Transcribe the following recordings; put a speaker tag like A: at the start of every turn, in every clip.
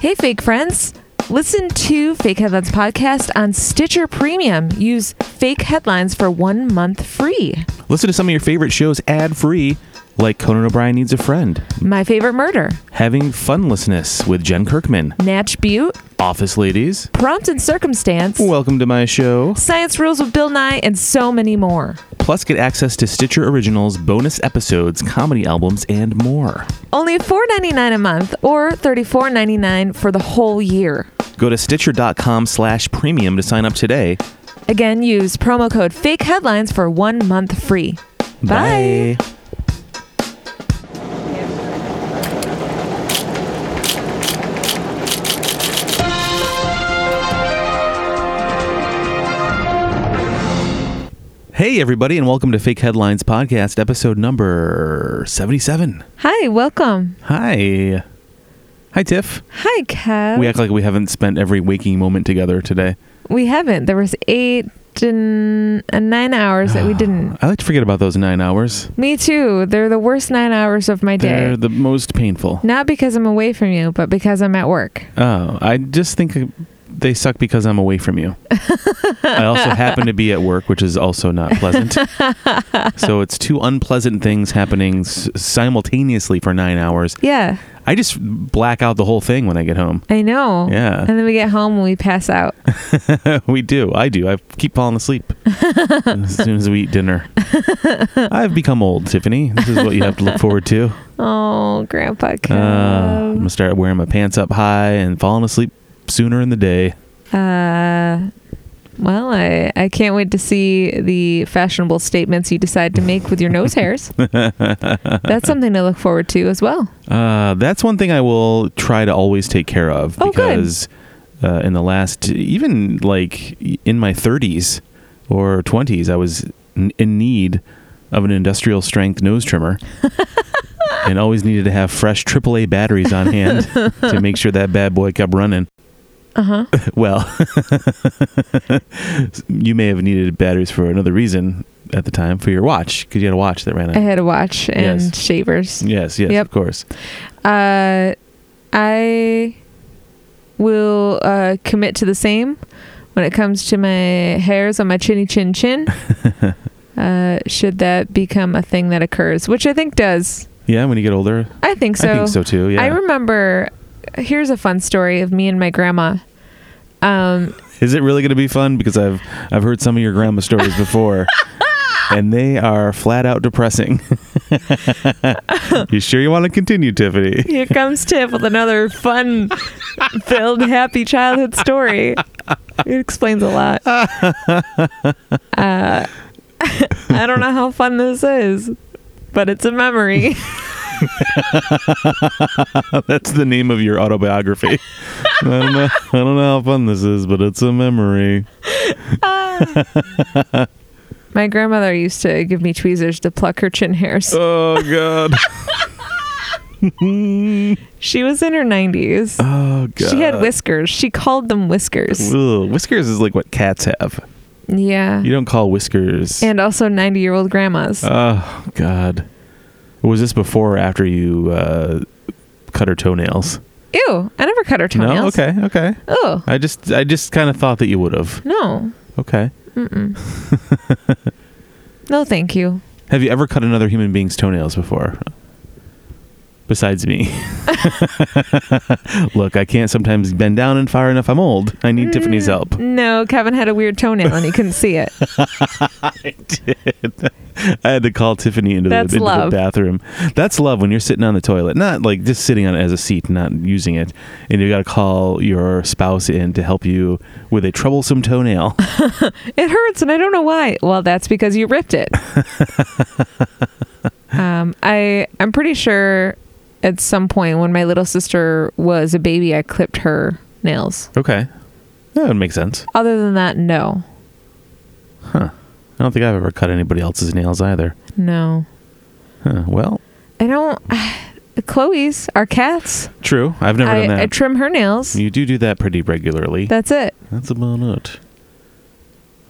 A: Hey, fake friends. Listen to Fake Headlines Podcast on Stitcher Premium. Use fake headlines for one month free.
B: Listen to some of your favorite shows ad free, like Conan O'Brien Needs a Friend,
A: My Favorite Murder,
B: Having Funlessness with Jen Kirkman,
A: Natch Butte,
B: Office Ladies,
A: Prompt and Circumstance,
B: Welcome to My Show,
A: Science Rules with Bill Nye, and so many more.
B: plus get access to Stitcher Originals, bonus episodes, comedy albums, and more.
A: Only $4.99 a month or $34.99 for the whole year.
B: Go to Stitcher.com slash premium to sign up today.
A: Again, use promo code fake headlines for one month free. Bye.
B: Bye. Hey, everybody, and welcome to Fake Headlines Podcast, episode number 77.
A: Hi, welcome.
B: Hi. Hi, Tiff.
A: Hi, Kev.
B: We act like we haven't spent every waking moment together today.
A: We haven't. There was eight and uh, nine hours that we didn't.
B: I like to forget about those nine hours.
A: Me too. They're the worst nine hours of my day.
B: They're the most painful.
A: Not because I'm away from you, but because I'm at work.
B: Oh, I just think they suck because I'm away from you. I also happen to be at work, which is also not pleasant. so it's two unpleasant things happening s- simultaneously for nine hours.
A: Yeah,
B: I just black out the whole thing when I get home.
A: I know.
B: Yeah.
A: And then we get home and we pass out.
B: we do. I do. I keep falling asleep as soon as we eat dinner. I've become old, Tiffany. This is what you have to look forward to.
A: Oh, Grandpa
B: Uh, I'm
A: Kev.
B: gonna start wearing my pants up high and falling asleep sooner in the day.
A: Uh, well, I, I can't wait to see the fashionable statements you decide to make with your nose hairs. That's something to look forward to as well.
B: Uh, that's one thing I will try to always take care of
A: Oh, good.
B: because uh, in the last, even like in my 30s or 20s, I was n- in need of an industrial strength nose trimmer. and always needed to have fresh AAA batteries on hand to make sure that bad boy kept running.
A: Uh huh.
B: Well, you may have needed batteries for another reason at the time for your watch because you had a watch that ran out.
A: I had a watch and
B: Yes.
A: shavers.
B: yes, yes,
A: Eh. Yep.
B: of course.
A: Uh, I will uh, commit to the same when it comes to my hairs on my chinny chin chin. uh, should that become a thing that occurs, which I think does.
B: Yeah, when you get older,
A: I think so.
B: I think so too. Yeah.
A: I remember. Here's a fun story of me and my grandma. Um,
B: Is it really going to be fun? Because I've I've heard some of your grandma stories before, and they are flat out depressing. you sure you want to continue, Tiffany?
A: here comes Tiff with another fun, filled, happy childhood story. It explains a lot. Uh, I don't know how fun this is, but it's a memory.
B: That's the name of your autobiography. I don't know. I don't know how fun this is, but it's a memory.
A: My grandmother used to give me tweezers to pluck her chin hairs.
B: Oh God.
A: She was in her 90s.
B: Oh God.
A: She had whiskers. She called them whiskers.
B: Ugh, whiskers is like what cats have.
A: Yeah.
B: You don't call whiskers.
A: And also 90 year old grandmas.
B: oh God. Was this before or after you uh, cut her toenails?
A: Ew, I never cut her toenails.
B: No. Okay. Okay.
A: Oh,
B: I just I just kind of thought that you would have.
A: no.
B: Okay.
A: No, thank you.
B: Have you ever cut another human being's toenails before? Besides me. Look, I can't sometimes bend down and far enough. I'm old. I need Tiffany's help.
A: No, Kevin had a weird toenail and he couldn't see it.
B: I had to call Tiffany into, the,
A: That's
B: into the
A: love.
B: bathroom. That's love when you're sitting on the toilet, not like just sitting on it as a seat, not using it, and you got to call your spouse in to help you with a troublesome toenail.
A: It hurts and I don't know why. Well, that's because you ripped it. um, I I'm pretty sure at some point when my little sister was a baby, I clipped her nails.
B: okay, that would make sense.
A: Other than that, no,
B: I don't think I've ever cut anybody else's nails either.
A: no.
B: Huh, well,
A: I don't. Chloe's, our cats.
B: true. I've never
A: I,
B: done that.
A: I trim her nails.
B: you do do that pretty regularly.
A: That's it.
B: That's about it.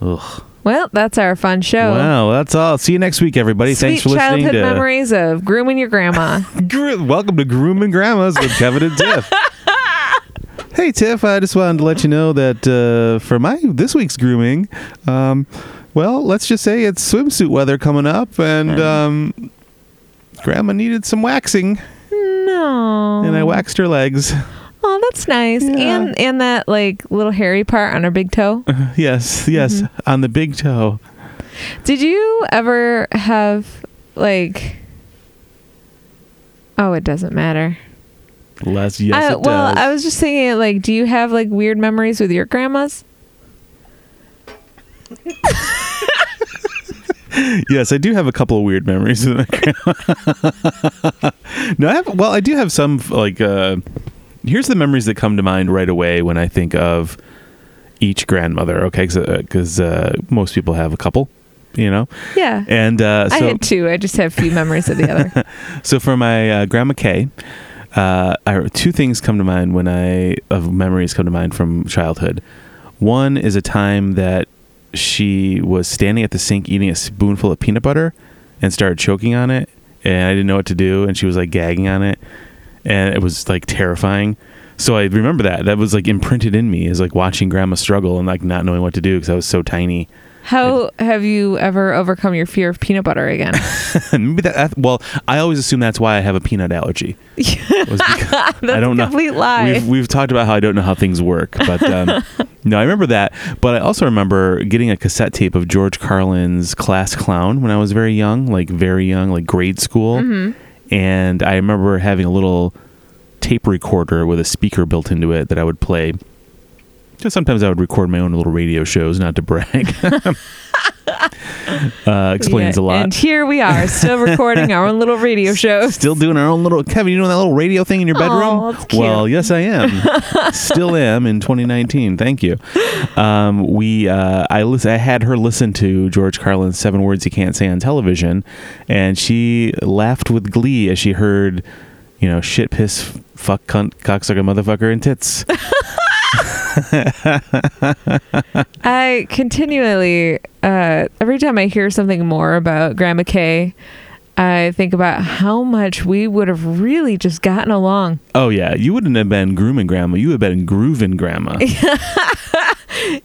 B: Ugh.
A: Well, that's our fun show.
B: Wow, that's all. See you next week, everybody. Thanks for
A: Oh. Sweet
B: listening
A: childhood
B: to
A: memories of grooming your grandma.
B: Gr- Welcome to Groom and Grandmas with Kevin and Tiff. Hey Tiff, I just wanted to let you know that uh, for my this week's grooming, um, well, let's just say it's swimsuit weather coming up, and um, Grandma needed some waxing,
A: No.
B: and I waxed her legs.
A: Oh, that's nice.
B: Yeah.
A: And and that like little hairy part on her big toe.
B: yes, yes, on the big toe.
A: Did you ever have like? Oh, it doesn't matter.
B: Les, yes,
A: I,
B: it
A: well,
B: does.
A: I was just thinking, like, do you have like weird memories with your grandmas?
B: yes, I do have a couple of weird memories of my grandma. no, I have. Well, I do have some. Like, uh, here's the memories that come to mind right away when I think of each grandmother. Okay, because uh, most people have a couple, you know.
A: Yeah,
B: And uh, so,
A: I had two. I just have few memories of the other.
B: so for my uh, grandma Kay, uh, I, two things come to mind when I of memories come to mind from childhood. One is a time that she was standing at the sink eating a spoonful of peanut butter and started choking on it, and I didn't know what to do, and she was like gagging on it, and it was like terrifying. So I remember that. That was like imprinted in me is like watching grandma struggle and like not knowing what to do because I was so tiny.
A: How have you ever overcome your fear of peanut butter again?
B: Maybe that, that. Well, I always assume that's why I have a peanut allergy. Was because-
A: That's
B: don't
A: a
B: know.
A: complete lie.
B: We've, we've talked about how I don't know how things work, but um, no, I remember that. But I also remember getting a cassette tape of George Carlin's Class Clown when I was very young, like very young, like grade school.
A: Mm-hmm.
B: And I remember having a little tape recorder with a speaker built into it that I would play. Just sometimes I would record my own little radio shows, not to brag. uh, explains
A: Yeah,
B: a lot.
A: And here we are, still recording our own little radio show.
B: Still doing our own little Kevin. You doing that little radio thing in your bedroom?
A: Aw, that's cute.
B: Well, yes, I am. Still am in 2019. Thank you. Um, we uh, I listen, I had her listen to George Carlin's Seven Words You Can't Say on Television, and she laughed with glee as she heard, you know, shit, piss, fuck, cunt, cocksucker, motherfucker, and tits.
A: I continually, uh, every time I hear something more about Grandma Kay, I think about how much we would have really just gotten along.
B: oh yeah, you wouldn't have been grooming grandma. You would have been grooving grandma.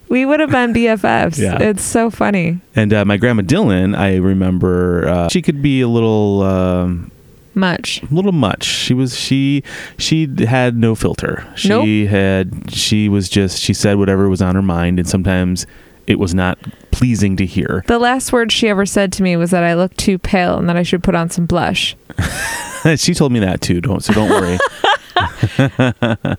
A: We would have been BFFs.
B: Yeah.
A: It's so funny.
B: and uh, my grandma Dylan, I remember uh, she could be a little. Um,
A: Much.
B: a little much. She was she she had no filter. She
A: Nope.
B: had she was just she said whatever was on her mind, and sometimes it was not pleasing to hear.
A: The last word she ever said to me was that I looked too pale and that I should put on some blush.
B: she told me that too. Don't so don't worry.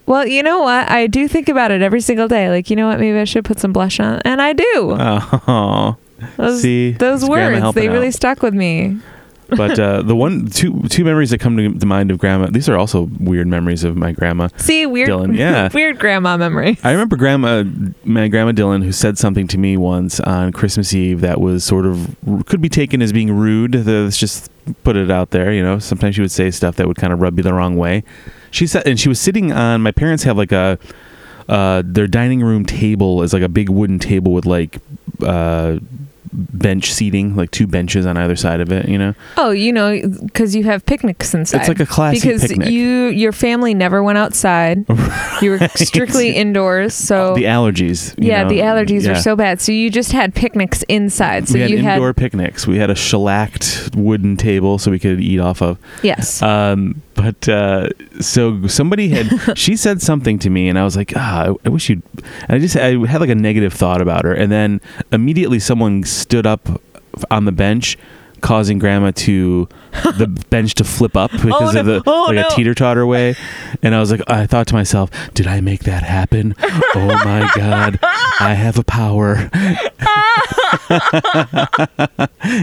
A: Well, you know what? I do think about it every single day. Like, you know what? Maybe I should put some blush on. And I do.
B: oh,
A: Those,
B: see
A: those
B: it's grandma
A: words,
B: helping
A: they
B: out.
A: really stuck with me.
B: but uh, the one two two memories that come to the mind of grandma. These are also weird memories of my grandma.
A: See, weird,
B: Dylan, yeah.
A: weird grandma memory.
B: I remember grandma, my grandma Dylan, who said something to me once on Christmas Eve that was sort of could be taken as being rude. Let's just put it out there, you know. Sometimes she would say stuff that would kind of rub you the wrong way. She said, and she was sitting on my parents have like a uh, their dining room table is like a big wooden table with like uh, bench seating, like two benches on either side of it, you know.
A: Oh, you know, because you have picnics inside.
B: It's like a classic
A: because
B: picnic.
A: you your family never went outside. You were strictly indoors. So
B: the allergies, you
A: yeah,
B: know,
A: the allergies
B: yeah.
A: are so bad. So you just had picnics inside. So
B: we had
A: you
B: indoor picnics. We had a shellacked wooden table so we could eat off of.
A: had yes.
B: Um, but uh, so somebody had she said something to me, and I was like, ah, I, I wish you'd. And I just I had like a negative thought about her, and then immediately someone stood up on the bench. Causing grandma to the bench to flip up because of
A: no.
B: the
A: Oh,
B: like
A: no.
B: a teeter totter way, and I was like, I thought to myself, did I make that happen? Oh my god, I have a power.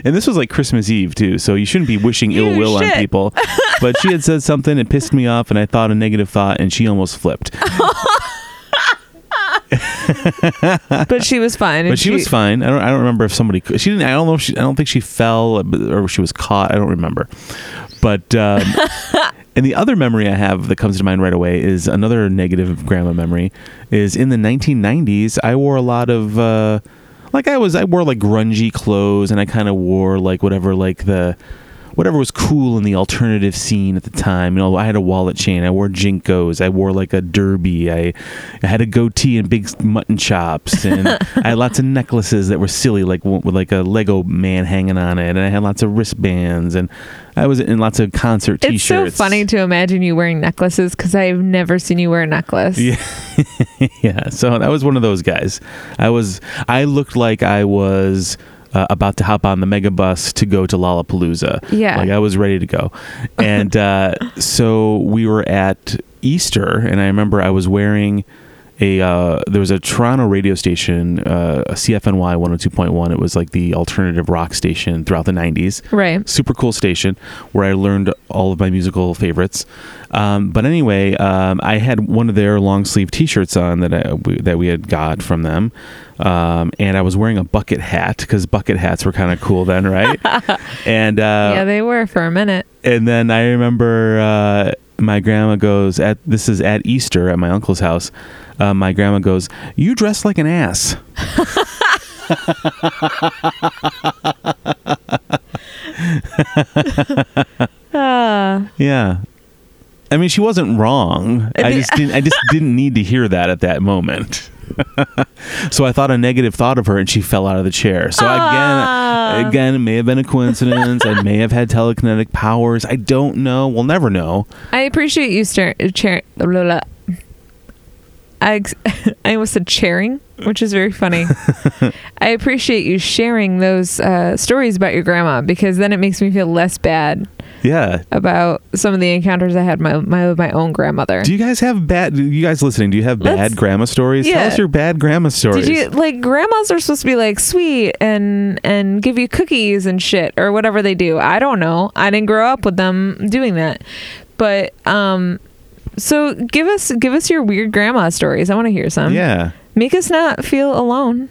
B: and this was like Christmas Eve too, so you shouldn't be wishing ill
A: You
B: will on
A: should.
B: people. But she had said something, it pissed me off, and I thought a negative thought, and she almost flipped.
A: but she was fine. and
B: But she was fine. I don't. I don't remember if somebody. She didn't. I don't know if she. I don't think she fell or she was caught. I don't remember. But um, and the other memory I have that comes to mind right away is another negative grandma memory. Is in the 1990s, I wore a lot of. Uh, like I was, I wore like grungy clothes, and I kind of wore like whatever, like the whatever was cool in the alternative scene at the time. You know, I had a wallet chain. I wore jinkos. I wore like a derby. I, I had a goatee and big mutton chops, and I had lots of necklaces that were silly, like one- with like a Lego man hanging on it. And I had lots of wristbands, and I was in lots of concert
A: It's so
B: T-shirts.
A: funny to imagine you wearing necklaces because I've never seen you wear a necklace.
B: Yeah. yeah so i was one of those guys i was i looked like i was uh, about to hop on the mega bus to go to lollapalooza
A: Yeah.
B: like i was ready to go and uh, so we were at easter and i remember i was wearing a uh, there was a toronto radio station uh, a cfny 102.1 it was like the alternative rock station throughout the 90s
A: Right.
B: super cool station where I learned all of my musical favorites. Um, but anyway, um, I had one of their long sleeve T-shirts on that I, we, that we had got from them, um, and I was wearing a bucket hat because bucket hats were kind of cool then, right? and uh,
A: yeah, they were for a minute.
B: and then I remember uh, my grandma goes at this is at Easter at my uncle's house. Uh, my grandma goes, "You dress like an ass."
A: Ah.
B: Yeah. I mean, she wasn't wrong. I
A: Yeah.
B: just didn't. I just didn't need to hear that at that moment. so I thought a negative thought of her, and she fell out of the chair. So
A: Ah.
B: again, again, it may have been a coincidence. I may have had telekinetic powers. I don't know. We'll never know.
A: I appreciate you stir- chair. blah, blah, blah. I ex- I almost said sharing, which is very funny. I appreciate you sharing those uh, stories about your grandma because then it makes me feel less bad
B: Yeah.
A: about some of the encounters I had my my with my own grandmother.
B: Do you guys have bad? You guys listening? Do you have bad
A: Let's-
B: grandma stories?
A: Yeah.
B: Tell us your bad grandma stories.
A: Did you like grandmas are supposed to be like sweet and and give you cookies and shit or whatever they do. I don't know. I didn't grow up with them doing that. But um so give us give us your weird grandma stories. I want to hear some.
B: yeah.
A: Make us not feel alone,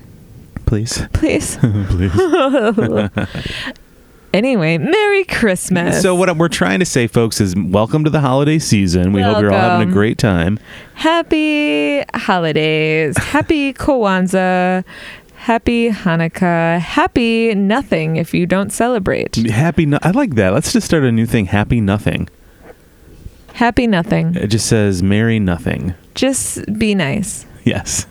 B: Please.
A: please.
B: Please.
A: anyway, Merry Christmas.
B: So what we're trying to say, folks, is welcome to the holiday season. We hope you're all having
A: Welcome.
B: a great time.
A: Happy holidays. Happy Kwanzaa. Happy Hanukkah. Happy nothing if you don't celebrate.
B: Happy. No- I like that. Let's just start a new thing. Happy nothing.
A: Happy nothing.
B: It just says Merry nothing.
A: Just be nice.
B: Yes.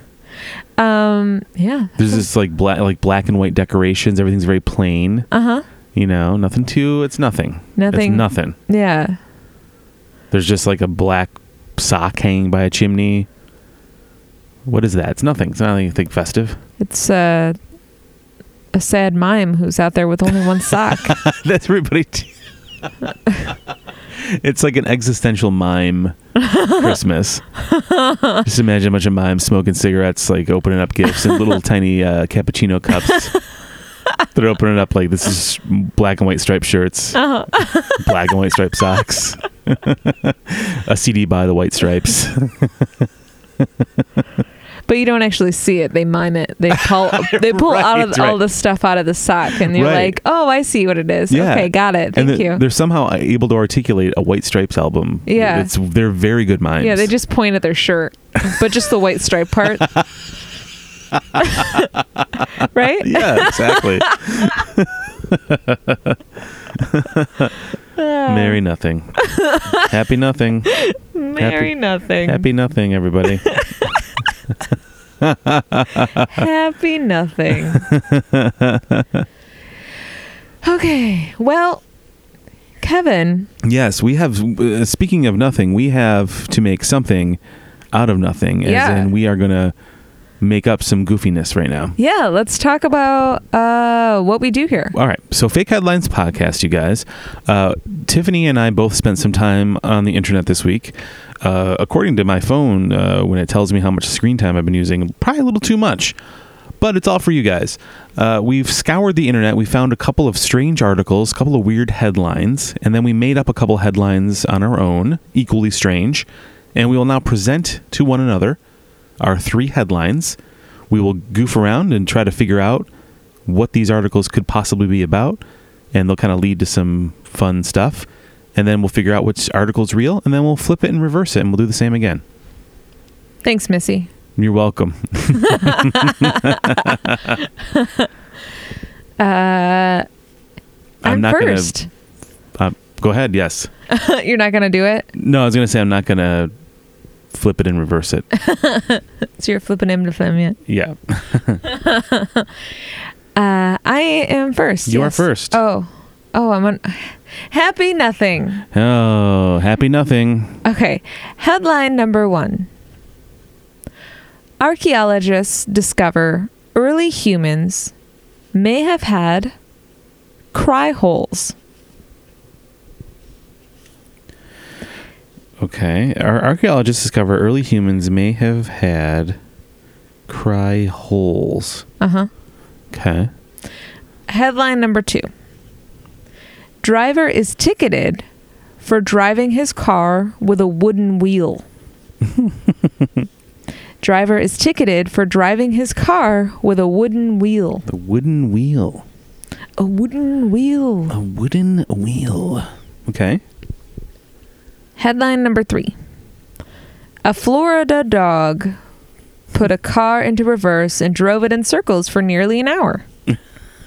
A: Um, yeah.
B: There's this like black, like black and white decorations. Everything's very plain.
A: Uh huh.
B: You know, nothing too. It's nothing.
A: Nothing.
B: It's nothing.
A: Yeah.
B: There's just like a black sock hanging by a chimney. What is that? It's nothing. It's not anything festive.
A: It's uh, a sad mime who's out there with only one sock.
B: That's everybody. T- it's like an existential mime Christmas. Just imagine a bunch of mimes smoking cigarettes, like opening up gifts in little tiny uh, cappuccino cups. They're opening up like this is black and white striped shirts,
A: Uh-huh.
B: black and white striped socks, a CD by the White Stripes.
A: But you don't actually see it. They mime it. They pull they pull out of
B: Right, right.
A: all the stuff out of the sock and you're
B: Right.
A: like, "Oh, I see what it is."
B: Yeah.
A: Okay, got it.
B: and
A: Thank
B: they're-
A: you.
B: they're somehow able to articulate a White Stripes album.
A: Yeah.
B: it's they're very good mimes.
A: Yeah, they just point at their shirt, but just the white stripe part. right?
B: yeah, exactly. Merry nothing. Happy nothing.
A: Merry nothing.
B: Happy nothing, everybody.
A: Happy nothing. okay. Well, Kevin,
B: yes, we have, uh, speaking of nothing, we have to make something out of nothing.
A: Yeah.
B: As in, we are going to make up some goofiness right now.
A: yeah, let's talk about uh, what we do here.
B: All right. So, Fake Headlines podcast, you guys. Uh, Tiffany and I both spent some time on the internet this week. Uh, according to my phone, uh, when it tells me how much screen time I've been using, probably a little too much. But it's all for you guys. Uh, we've scoured the internet. We found a couple of strange articles, a couple of weird headlines, and then we made up a couple headlines on our own, equally strange. And we will now present to one another our three headlines. We will goof around and try to figure out what these articles could possibly be about, and they'll kind of lead to some fun stuff. And then we'll figure out which article's real, and then we'll flip it and reverse it, and we'll do the same again.
A: Thanks, Missy.
B: You're welcome.
A: Uh, I'm
B: I'm not gonna-
A: first.
B: Go ahead. Yes.
A: You're not gonna do it,
B: No, I was gonna say I'm not gonna flip it and reverse it.
A: so you're flipping him to flim yet.
B: Yeah.
A: Uh, I am first.
B: You are
A: yes.
B: first.
A: Oh, oh, I'm on. Happy nothing.
B: Oh, happy nothing.
A: Okay, headline number one Archaeologists discover early humans may have had cry holes.
B: Okay. Our archaeologists discover early humans may have had cry holes.
A: Uh huh.
B: Okay.
A: Headline number two Driver is ticketed for driving his car with a wooden wheel. Driver is ticketed for driving his car with a wooden wheel.
B: The wooden wheel.
A: A wooden wheel.
B: A wooden wheel. Okay.
A: Headline number three A Florida dog put a car into reverse and drove it in circles for nearly an hour.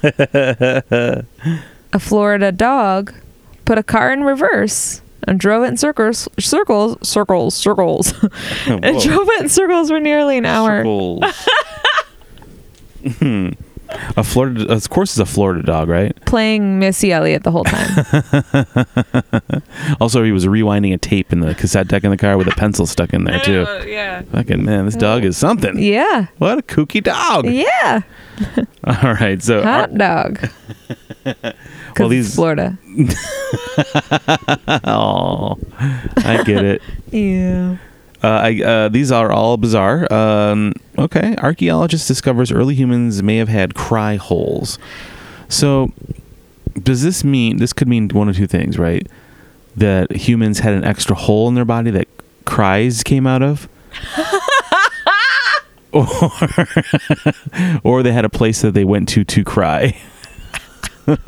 A: a Florida dog put a car in reverse and drove it in circles, circles, circles, circles, and
B: Whoa.
A: drove it in circles for nearly an hour.
B: Circles. Hmm. a Florida, of course, it's a Florida dog, right?
A: Playing Missy Elliott the whole time.
B: Also, he was rewinding a tape in the cassette deck in the car with a pencil stuck in there too.
A: Oh, yeah.
B: Fucking man, this dog is something.
A: Yeah.
B: What a kooky dog!
A: Yeah.
B: All right, so
A: Hot dog. 'Cause it's
B: Well, these-
A: Florida.
B: oh, I get it.
A: Yeah.
B: Uh, I, uh, these are all bizarre. Um, okay, archaeologist discovers early humans may have had cry holes. So, does this mean this could mean one of two things, right? That humans had an extra hole in their body that cries came out of, or or they had a place that they went to to cry.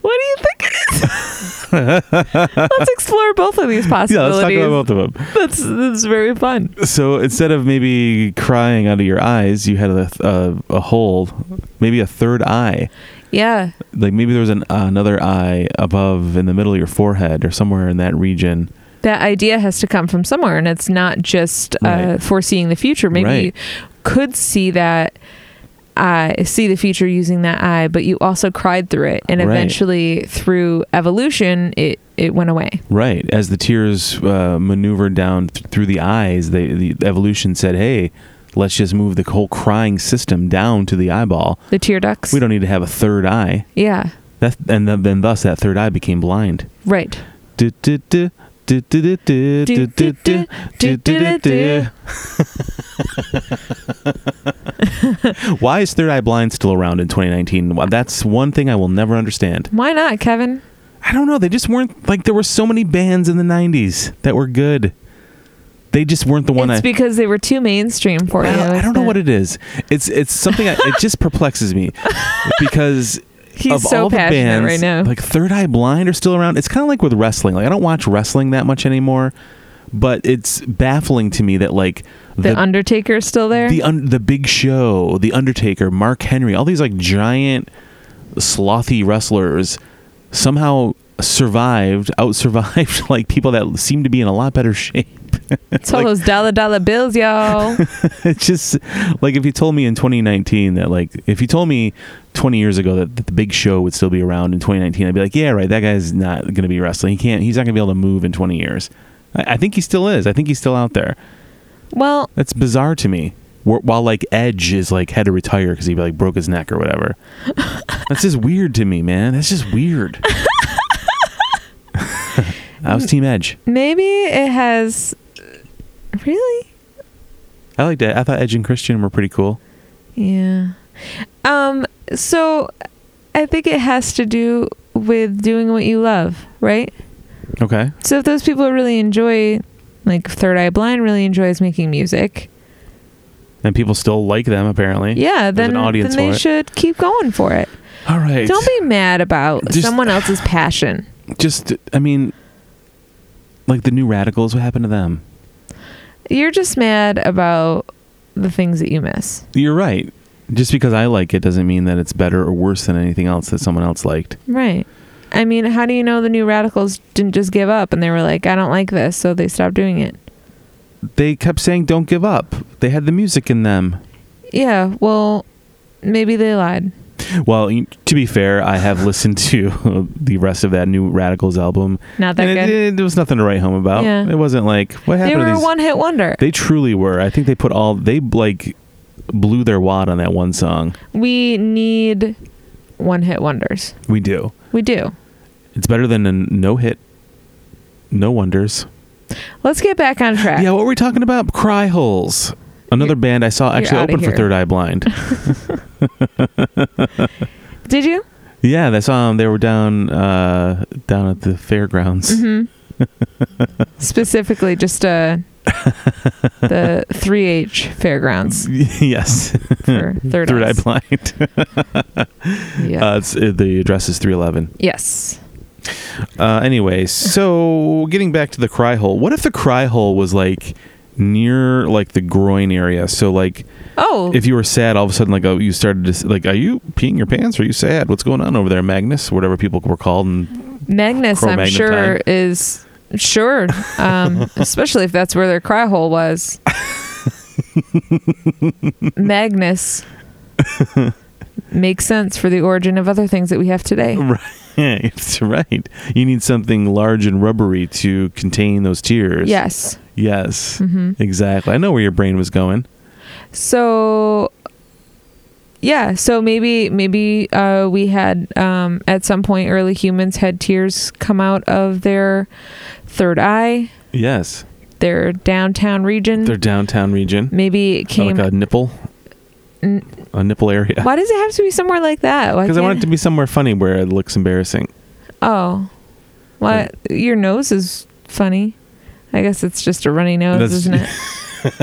A: What do you think it is? let's explore both of these possibilities.
B: Yeah, let's talk about both of them.
A: that's that's very fun.
B: So instead of maybe crying out of your eyes, you had a, a, a hole, maybe a third eye.
A: Yeah,
B: Like maybe there was an, uh, another eye above in the middle of your forehead or somewhere in that region.
A: that idea has to come from somewhere, and it's not just uh,
B: Right.
A: foreseeing the future. Maybe
B: Right.
A: you could see that eye, see the future using that eye, but you also cried through it, and
B: Right.
A: eventually through evolution, it it went away.
B: Right. As the tears uh, maneuvered down th- through the eyes, they, the evolution said, hey, let's just move the whole crying system down to the eyeball.
A: The tear ducts.
B: We don't need to have a third eye.
A: yeah,
B: That, and then, then thus that third eye became blind.
A: right.
B: Du- du- du- du- du- du- du- du- du- du- du- du- du- du. Why is Third Eye Blind still around in 2019? Why- That's one thing I will never understand.
A: Why not, Kevin?
B: I don't know. They just weren't like there were so many bands in the 90s that were good. They just weren't the one
A: it's
B: I.
A: because they were too mainstream for you.
B: I don't- I
A: It's
B: don't know
A: not-
B: what it is. It's it's something I, it just perplexes me because
A: He's
B: of
A: so
B: all the
A: passionate
B: bands,
A: right now.
B: Like Third Eye Blind are still around. It's kind of like with wrestling. Like I don't watch wrestling that much anymore, but it's baffling to me that like
A: the, Undertaker is still there.
B: the un- the Big Show, the Undertaker, Mark Henry, all these like giant slothy wrestlers somehow survived, outsurvived like people that seem to be in a lot better shape.
A: it's all those dollar dollar bills, y'all.
B: it's just like if you told me in 2019 that like if you told me 20 years ago that, that the big show would still be around in 2019 i'd be like yeah right that guy's not going to be wrestling he can't he's not going to be able to move in 20 years I, I think he still is i think he's still out there
A: well,
B: that's bizarre to me Wh- while like edge is like had to retire because he like broke his neck or whatever that's just weird to me man that's just weird i was team edge
A: maybe it has. Really?
B: i liked it i thought edge and christian were pretty cool
A: Yeah. Um. So, I think it has to do with doing what you love, right?
B: okay
A: So if those people really enjoy, like Third Eye Blind really enjoys making music,
B: and people still like them apparently
A: yeah,
B: There's
A: then,
B: an
A: then
B: audience
A: they
B: for it.
A: should keep going for it.
B: All right.
A: Don't be mad about
B: Just-
A: someone else's passion.
B: just. I mean, like the new radicals. What happened to them?
A: You're just mad about the things that you miss.
B: You're right. Just because I like it doesn't mean that it's better or worse than anything else that someone else liked.
A: Right. I mean, how do you know the new radicals didn't just give up and they were like, I don't like this, so they stopped doing it?
B: They kept saying, "Don't give up." They had the music in them.
A: Yeah, well, maybe they lied.
B: Well, y- to be fair, I have listened to the rest of that new Radicals album.
A: Not that
B: and it,
A: good.
B: it- there was nothing to write home about.
A: Yeah.
B: It wasn't like what
A: They
B: happened.
A: were
B: to
A: a
B: these?
A: one hit wonder.
B: They truly were. I think they put all they like blew their wad on that one song.
A: We need one hit wonders.
B: We do.
A: We do.
B: It's better than a no hit. No wonders.
A: Let's get back on track.
B: Yeah, what were we talking about? Cry holes. Another
A: You're-
B: band I saw
A: you're
B: actually
A: outta
B: open for
A: here.
B: Third Eye Blind.
A: Did you?
B: yeah, I saw them. They were down uh, down at the fairgrounds.
A: Mm-hmm. Specifically, just uh, the 3H fairgrounds
B: yes,
A: for Mm-hmm. Third,
B: Mm-hmm. Third Eye
A: Eyes.
B: Blind.
A: Yeah.
B: Uh, it's, uh, the address is 311.
A: yes.
B: Uh, anyway, so getting back to the cry hole, what if the cry hole was like near like the groin area? So like
A: Oh,
B: if you were sad, all of a sudden like oh, you started to s- like, are you peeing your pants? Are you sad? What's going on over there, Magnus? Whatever people were called, and
A: Magnus, I'm
B: Cro-Magnon
A: sure,
B: time.
A: is sure, um, especially if that's where their cry hole was. Magnus makes sense for the origin of other things that we have today.
B: it's right. You need something large and rubbery to contain those tears.
A: Yes.
B: Yes.
A: hmm
B: Exactly. I know where your brain was going.
A: So, yeah. So maybe maybe uh, we had um, at some point early humans had tears come out of their third eye,
B: Yes.
A: their downtown region.
B: Their Oh downtown region.
A: maybe it Mm. came.
B: Like a nipple.
A: N-
B: A nipple area.
A: Why does it have to be somewhere like that? Why
B: Because I want it
A: can't-
B: to be somewhere funny where it looks embarrassing.
A: Oh, well, your nose is funny. I guess it's just a runny nose,
B: That's-
A: isn't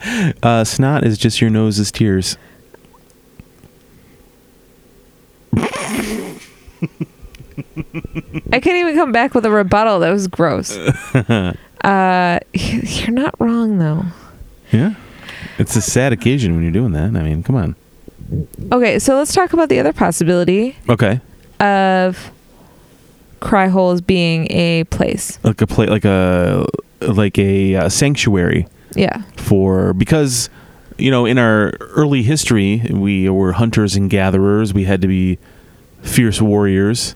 A: it?
B: Uh, snot is just your nose's tears.
A: I can't even come back with a rebuttal. That was gross. Uh, you're not wrong though.
B: Yeah. It's a sad occasion when you're doing that. I mean, come on.
A: Okay, so let's talk about the other possibility
B: Okay.
A: of cry holes being a place.
B: Like a play, like a like a uh, sanctuary
A: Yeah.
B: for because you know in our early history we were hunters and gatherers. We had to be fierce warriors,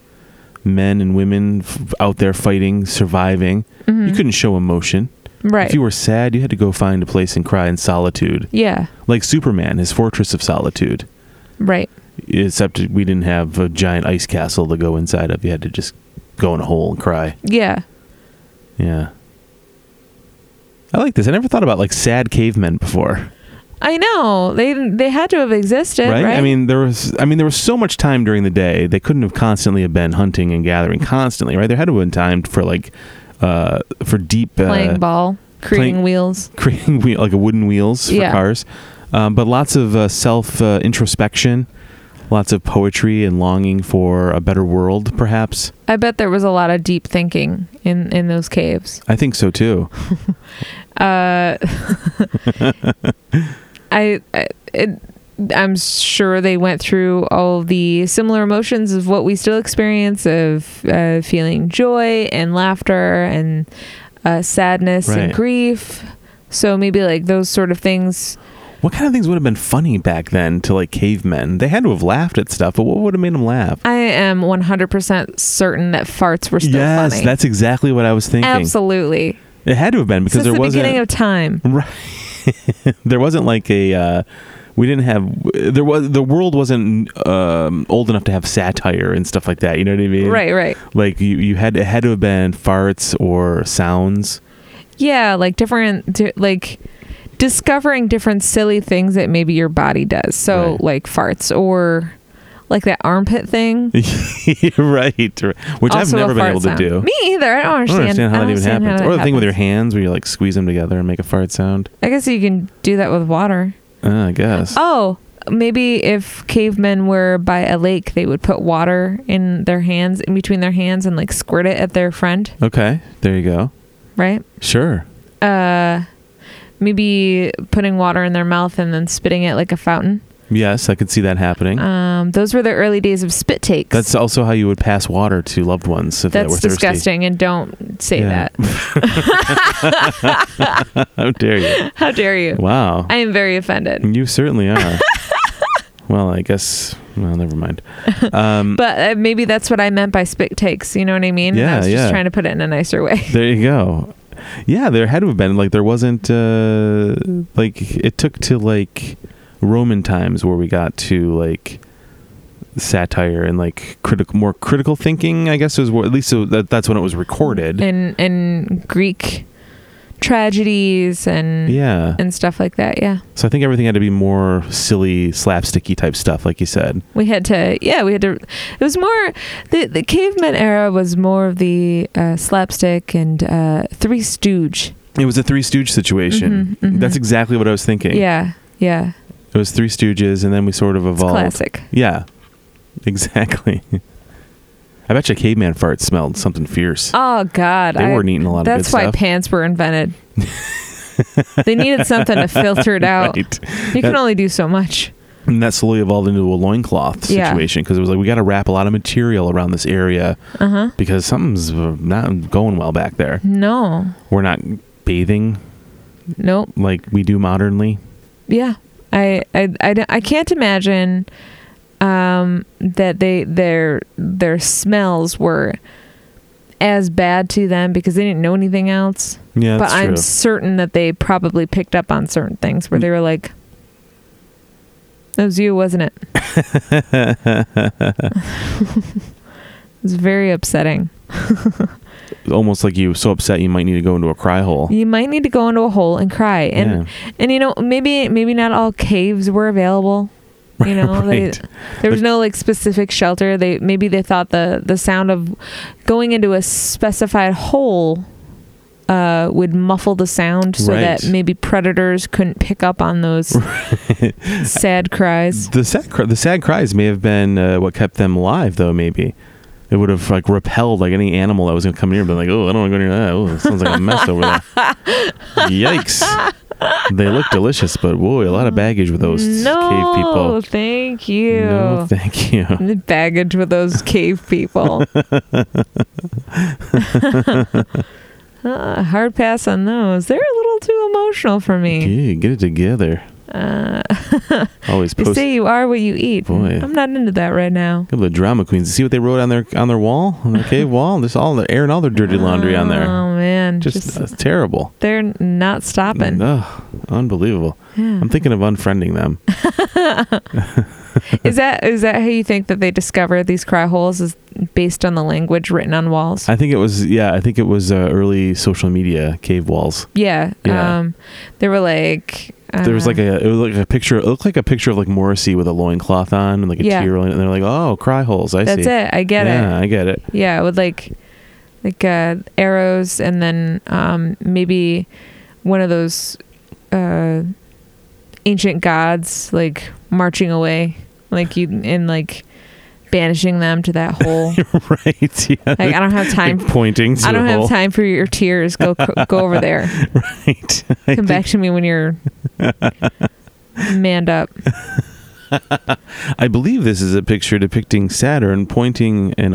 B: men and women f- out there fighting, surviving. You couldn't show emotion.
A: Right.
B: If you were sad, you had to go find a place and cry in solitude.
A: yeah.
B: like Superman, his fortress of solitude.
A: Right.
B: Except we didn't have a giant ice castle to go inside of. You had to just go in a hole and cry.
A: Yeah.
B: Yeah. I like this. I never thought about like sad cavemen before,
A: I know they they had to have existed, right?
B: right? I mean, there was I mean, there was so much time during the day. They couldn't have constantly have been hunting and gathering constantly, right? There had to have been time for like uh for deep uh,
A: playing ball, creating
B: playing-
A: wheels.
B: creating wheel, like a wooden wheels for
A: Yeah.
B: cars, um, but lots of uh, self uh, introspection, lots of poetry and longing for a better world, perhaps.
A: I bet there was a lot of deep thinking in in those caves.
B: I think so too.
A: Uh, I, I it, I'm sure they went through all the similar emotions of what we still experience of uh, feeling joy and laughter and uh, sadness
B: Right.
A: and grief. So maybe like those sort of things.
B: What kind of things would have been funny back then to like cavemen? They had to have laughed at stuff, but what would have made them laugh?
A: I am 100% certain that farts were still
B: yes,
A: funny.
B: that's exactly what I was thinking.
A: absolutely
B: It had to have been
A: since
B: because there
A: the
B: wasn't
A: beginning of time.
B: right. there wasn't like a. Uh, we didn't have there was the world wasn't um, old enough to have satire and stuff like that. You know what I mean?
A: Right, right.
B: like you, you had it had to have been farts or sounds
A: Yeah, like different, di- like discovering different silly things that maybe your body does. So,
B: Right.
A: like farts or like that armpit thing.
B: right or- which i've
A: also a
B: never been
A: fart
B: able
A: sound.
B: to do
A: Me either. I don't
B: I don't
A: understand.
B: understand how
A: I
B: that
A: don't
B: even
A: understand how
B: happens.
A: that
B: Or the thing with your
A: happens.
B: hands where you like squeeze them together and make a fart sound.
A: I guess you can do that with water.
B: Uh, I guess.
A: Oh, maybe if cavemen were by a lake, they would put water in their hands, in between their hands, and like squirt it at their friend,
B: Okay. There you go.
A: right?
B: Sure.
A: Uh, maybe putting water in their mouth and then spitting it like a fountain.
B: Yes, I could see that happening.
A: Um, those were the early days of spit takes.
B: That's also how you would pass water to loved ones if they
A: That's
B: were thirsty.
A: disgusting, and don't say
B: Yeah.
A: that.
B: How dare you?
A: How dare you?
B: Wow.
A: I am very offended.
B: you certainly are. well, I guess. Well, never mind. Um,
A: But uh, maybe that's what I meant by spit takes. You know what I mean? And
B: Yeah,
A: I was
B: yeah.
A: just trying to put it in a nicer way.
B: there you go. Yeah, there had to have been like there wasn't uh, like it took to like Roman times where we got to like satire and like critical more critical thinking. I guess was where, at least so that, that's when it was recorded.
A: And and Greek tragedies and
B: yeah.
A: and stuff like that. Yeah,
B: So I think everything had to be more silly, slapsticky type stuff, like you said.
A: we had to. Yeah, we had to. It was more the the caveman era was more of the uh, slapstick and uh, Three Stooge.
B: It was a Three Stooge situation.
A: Mhm, mhm.
B: That's exactly what I was thinking.
A: Yeah, yeah,
B: It was Three Stooges, and then we sort of
A: it's
B: evolved.
A: classic.
B: Yeah, exactly. I bet you caveman fart smelled something fierce.
A: Oh God,
B: they
A: I-
B: weren't eating a lot
A: That's
B: of
A: why
B: good stuff.
A: pants were invented. they needed something to filter it out.
B: Right.
A: You
B: That-
A: can only do so much.
B: And that slowly evolved into a loincloth
A: Yeah.
B: situation because it was like, we got to wrap a lot of material around this area
A: Uh huh.
B: because something's uh, not going well back there.
A: No.
B: We're not bathing
A: Nope.
B: like we do modernly.
A: Yeah. I I, I, don't- I can't imagine um, that they their their smells were as bad to them because they didn't know anything else.
B: Yeah,
A: but
B: that's
A: I'm
B: true. Mm.
A: certain that they probably picked up on certain things where they were like, "That was you, wasn't it?" it's very upsetting.
B: almost like you were so upset you might need to go into a cry hole.
A: You might need to go into a hole and cry. And and you know, maybe maybe not all caves were available. You know,
B: Right.
A: they, there was no like specific shelter. They maybe they thought the the sound of going into a specified hole uh, would muffle the sound so
B: Right.
A: that maybe predators couldn't pick up on those sad cries.
B: The sad, cr- the sad cries may have been uh, what kept them alive, though. Maybe it would have like repelled like any animal that was going to come near, and been like, "Oh, I don't want to go near that. Oh, it sounds like a mess over there." Yikes! They look delicious, but whoa, a lot of baggage with those
A: no,
B: cave people.
A: thank you.
B: No, thank you.
A: the baggage with those cave people. Uh, hard pass on those. They're a little too emotional for me.
B: Yeah, get it together.
A: Uh,
B: Always
A: they
B: post.
A: say you are what you eat.
B: Boy.
A: I'm not into that right now.
B: Look at the drama queens. See what they wrote on their on their wall, on their cave wall. There's all the airing all their dirty laundry on there.
A: Oh man, just,
B: Just uh, terrible.
A: they're not stopping.
B: Ugh, unbelievable.
A: Yeah.
B: I'm thinking of unfriending them.
A: Is that is that how you think that they discovered these cry holes? Is based on the language written on walls?
B: I think it was yeah. I think it was uh, early social media cave walls.
A: yeah.
B: Yeah.
A: Um, they were like. Uh,
B: There was like a it was like a picture. It looked like a picture of like Morrissey with a loincloth on and like a
A: Yeah.
B: tear, rolling, and they're like, oh, cry holes. I
A: That's
B: see.
A: it. I get it.
B: yeah, I get it.
A: Yeah, with like like uh, arrows and then um, maybe one of those uh, ancient gods like marching away, like you and like banishing them to that hole.
B: right. Yeah.
A: like I don't have time.
B: Like pointing to
A: I don't
B: a
A: have
B: hole.
A: time for your tears. Go go over there.
B: Right. I
A: Come back
B: think-
A: to me when you're manned up.
B: I believe this is a picture depicting Saturn pointing and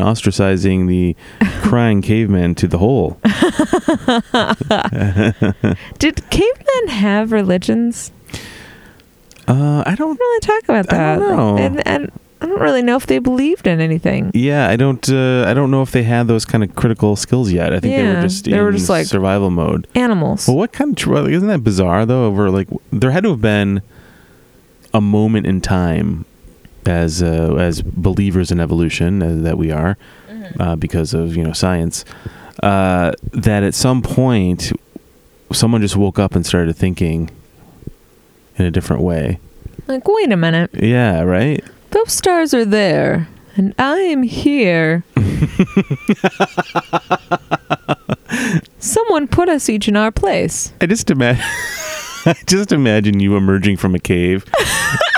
B: ostracizing the crying caveman to the hole.
A: Did cavemen have religions?
B: Uh,
A: I
B: I don't.
A: don't really talk about
B: I
A: that.
B: don't know.
A: Like, I- I- I don't really know if they believed in anything.
B: Yeah, I don't. Uh, I don't know if they had those kind of critical skills yet. I think they were
A: Yeah,
B: just
A: they were
B: in
A: just like-
B: survival mode.
A: Animals.
B: Well, what kind of tr- isn't that bizarre though? Over like there had to have been a moment in time as uh, as believers in evolution uh, that we are uh, because of you know science uh, that at some point someone just woke up and started thinking in a different way.
A: Like, wait a minute.
B: Yeah, right.
A: Those stars are there, and I am here. Someone put us each in our place.
B: I just imagine. I just imagine you emerging from a cave,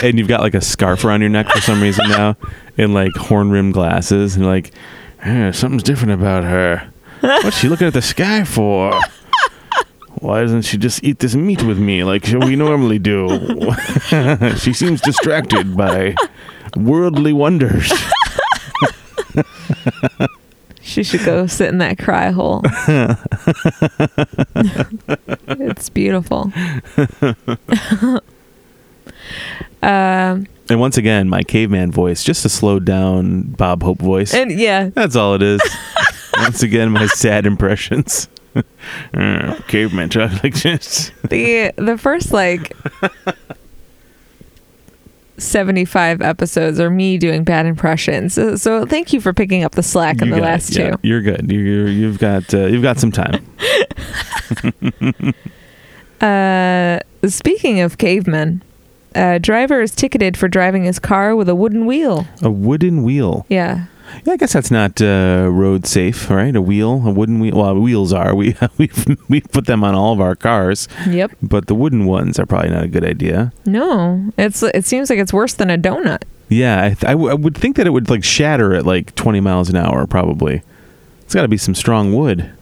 B: and you've got like a scarf around your neck for some reason now, and like horn rimmed glasses, and you're like, "Eh, something's different about her. What's she looking at the sky for? why doesn't she just eat this meat with me like we normally do? she seems distracted by worldly wonders.
A: She should go sit in that cry hole. it's beautiful. um,
B: And once again, my caveman voice, just a slowed down Bob Hope voice.
A: and yeah,
B: That's all it is. Once again, my sad impressions. Uh, caveman talk like this.
A: the the first like 75 episodes are me doing bad impressions. So, so thank you for picking up the slack on
B: You
A: the
B: got it.
A: last
B: Yeah,
A: two.
B: You're good. You're, you're, you've got uh, you've got some time.
A: Uh, speaking of cavemen, uh, driver is ticketed for driving his car with a wooden wheel.
B: A wooden wheel.
A: Yeah.
B: Yeah, I guess that's not uh, road safe, right? A wheel, a wooden wheel. Well, wheels are. We we've we put them on all of our cars,
A: Yep.
B: but the wooden ones are probably not a good idea.
A: No, it's it seems like it's worse than a donut.
B: Yeah, I, th- I, w- I would think that it would like shatter at like 20 miles an hour, probably. It's got to be some strong wood.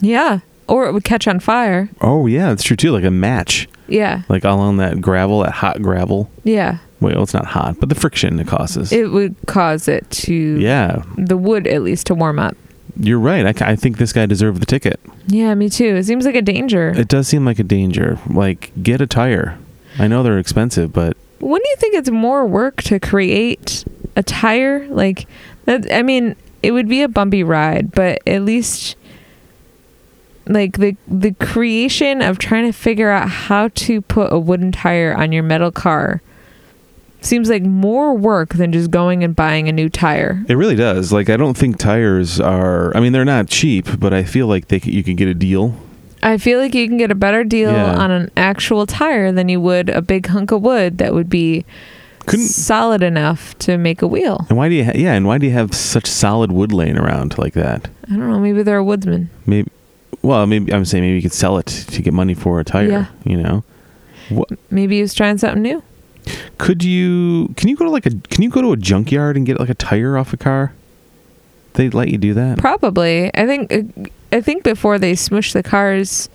A: Yeah, or it would catch on fire.
B: Oh yeah, that's true too. Like a match,
A: Yeah,
B: like all on that gravel, that hot gravel.
A: yeah,
B: Wait, well, it's not hot, but the friction it causes.
A: it would cause it to
B: yeah,
A: the wood at least to warm up.
B: you're right. I, ca- I think this guy deserved the ticket.
A: Yeah, me too. It seems like a danger.
B: It does seem like a danger. Like get a tire. I know they're expensive, but
A: Wouldn't you think it's more work to create a tire? Like that I mean, it would be a bumpy ride, but at least like the the creation of trying to figure out how to put a wooden tire on your metal car seems like more work than just going and buying a new tire.
B: it really does. Like I don't think tires are. I mean, they're not cheap, but I feel like they c- you could get a deal.
A: I feel like you can get a better deal
B: Yeah.
A: on an actual tire than you would a big hunk of wood that would be
B: Couldn't.
A: solid enough to make a wheel.
B: And why do you? Ha- yeah, and why do you have such solid wood laying around like that?
A: I don't know, maybe they're a woodsman.
B: Maybe. Well, maybe I'm saying maybe you could sell it to get money for a tire.
A: Yeah.
B: You know.
A: Maybe he was trying something new.
B: Could you? Can you go to like a? Can you go to a junkyard and get like a tire off a car? They let you do that.
A: Probably. I think I think before they smush the cars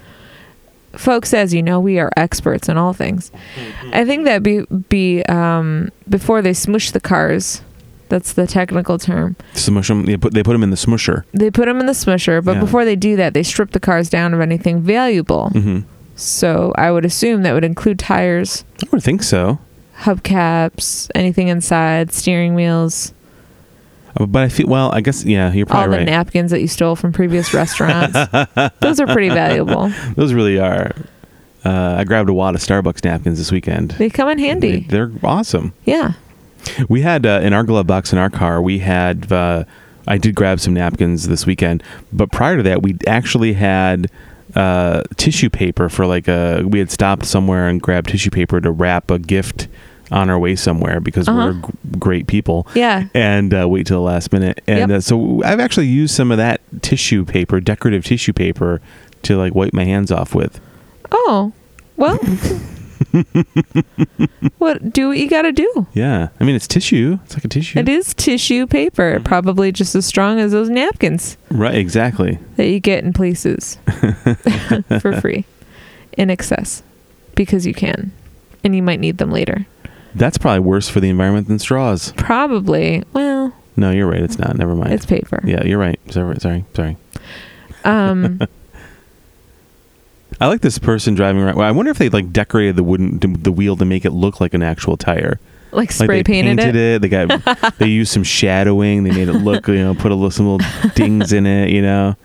A: folks as you know we are experts in all things.
B: Mm-hmm.
A: I think that be be um before they smush the cars. That's the technical term.
B: Smush them. They put they put them in the smusher.
A: They put them in the smusher, but
B: Yeah.
A: before they do that, they strip the cars down of anything valuable.
B: hmm
A: So I would assume that would include tires,
B: I would think so,
A: hubcaps, anything inside, steering wheels,
B: Uh, but I feel well. I guess yeah, you're
A: all
B: probably
A: the
B: right.
A: napkins that you stole from previous restaurants. Those are pretty valuable.
B: Those really are. Uh, I grabbed a wad of Starbucks napkins this weekend.
A: They come in handy.
B: They, are awesome.
A: Yeah.
B: We had uh, in our glove box in our car. We had. Uh, I did grab some napkins this weekend, but prior to that, we actually had uh, tissue paper for like a. We had stopped somewhere and grabbed tissue paper to wrap a gift on our way somewhere because
A: Uh-huh.
B: we're g- great people.
A: Yeah.
B: and uh, wait till the last minute.
A: Yep.
B: And uh, so I've actually used some of that tissue paper, decorative tissue paper, to like wipe my hands off with.
A: Oh, well. what do what you got to do?
B: Yeah, I mean it's tissue. It's like a tissue. Mm-hmm.
A: It is tissue paper, probably just as strong as those napkins
B: Right, exactly.
A: that you get in places for free, in excess, because you can, and you might need them later.
B: That's probably worse for the environment than straws.
A: Probably. Well,
B: No, you're right. It's not. Never mind.
A: it's paper.
B: yeah, you're right. Sorry, sorry, sorry.
A: Um,
B: I like this person driving around. Well, I wonder if they like decorated the wooden the wheel to make it look like an actual tire.
A: like
B: Like
A: spray
B: they
A: painted, it.
B: They got they used some shadowing. They made it look you know put a little some little dings in it. You know,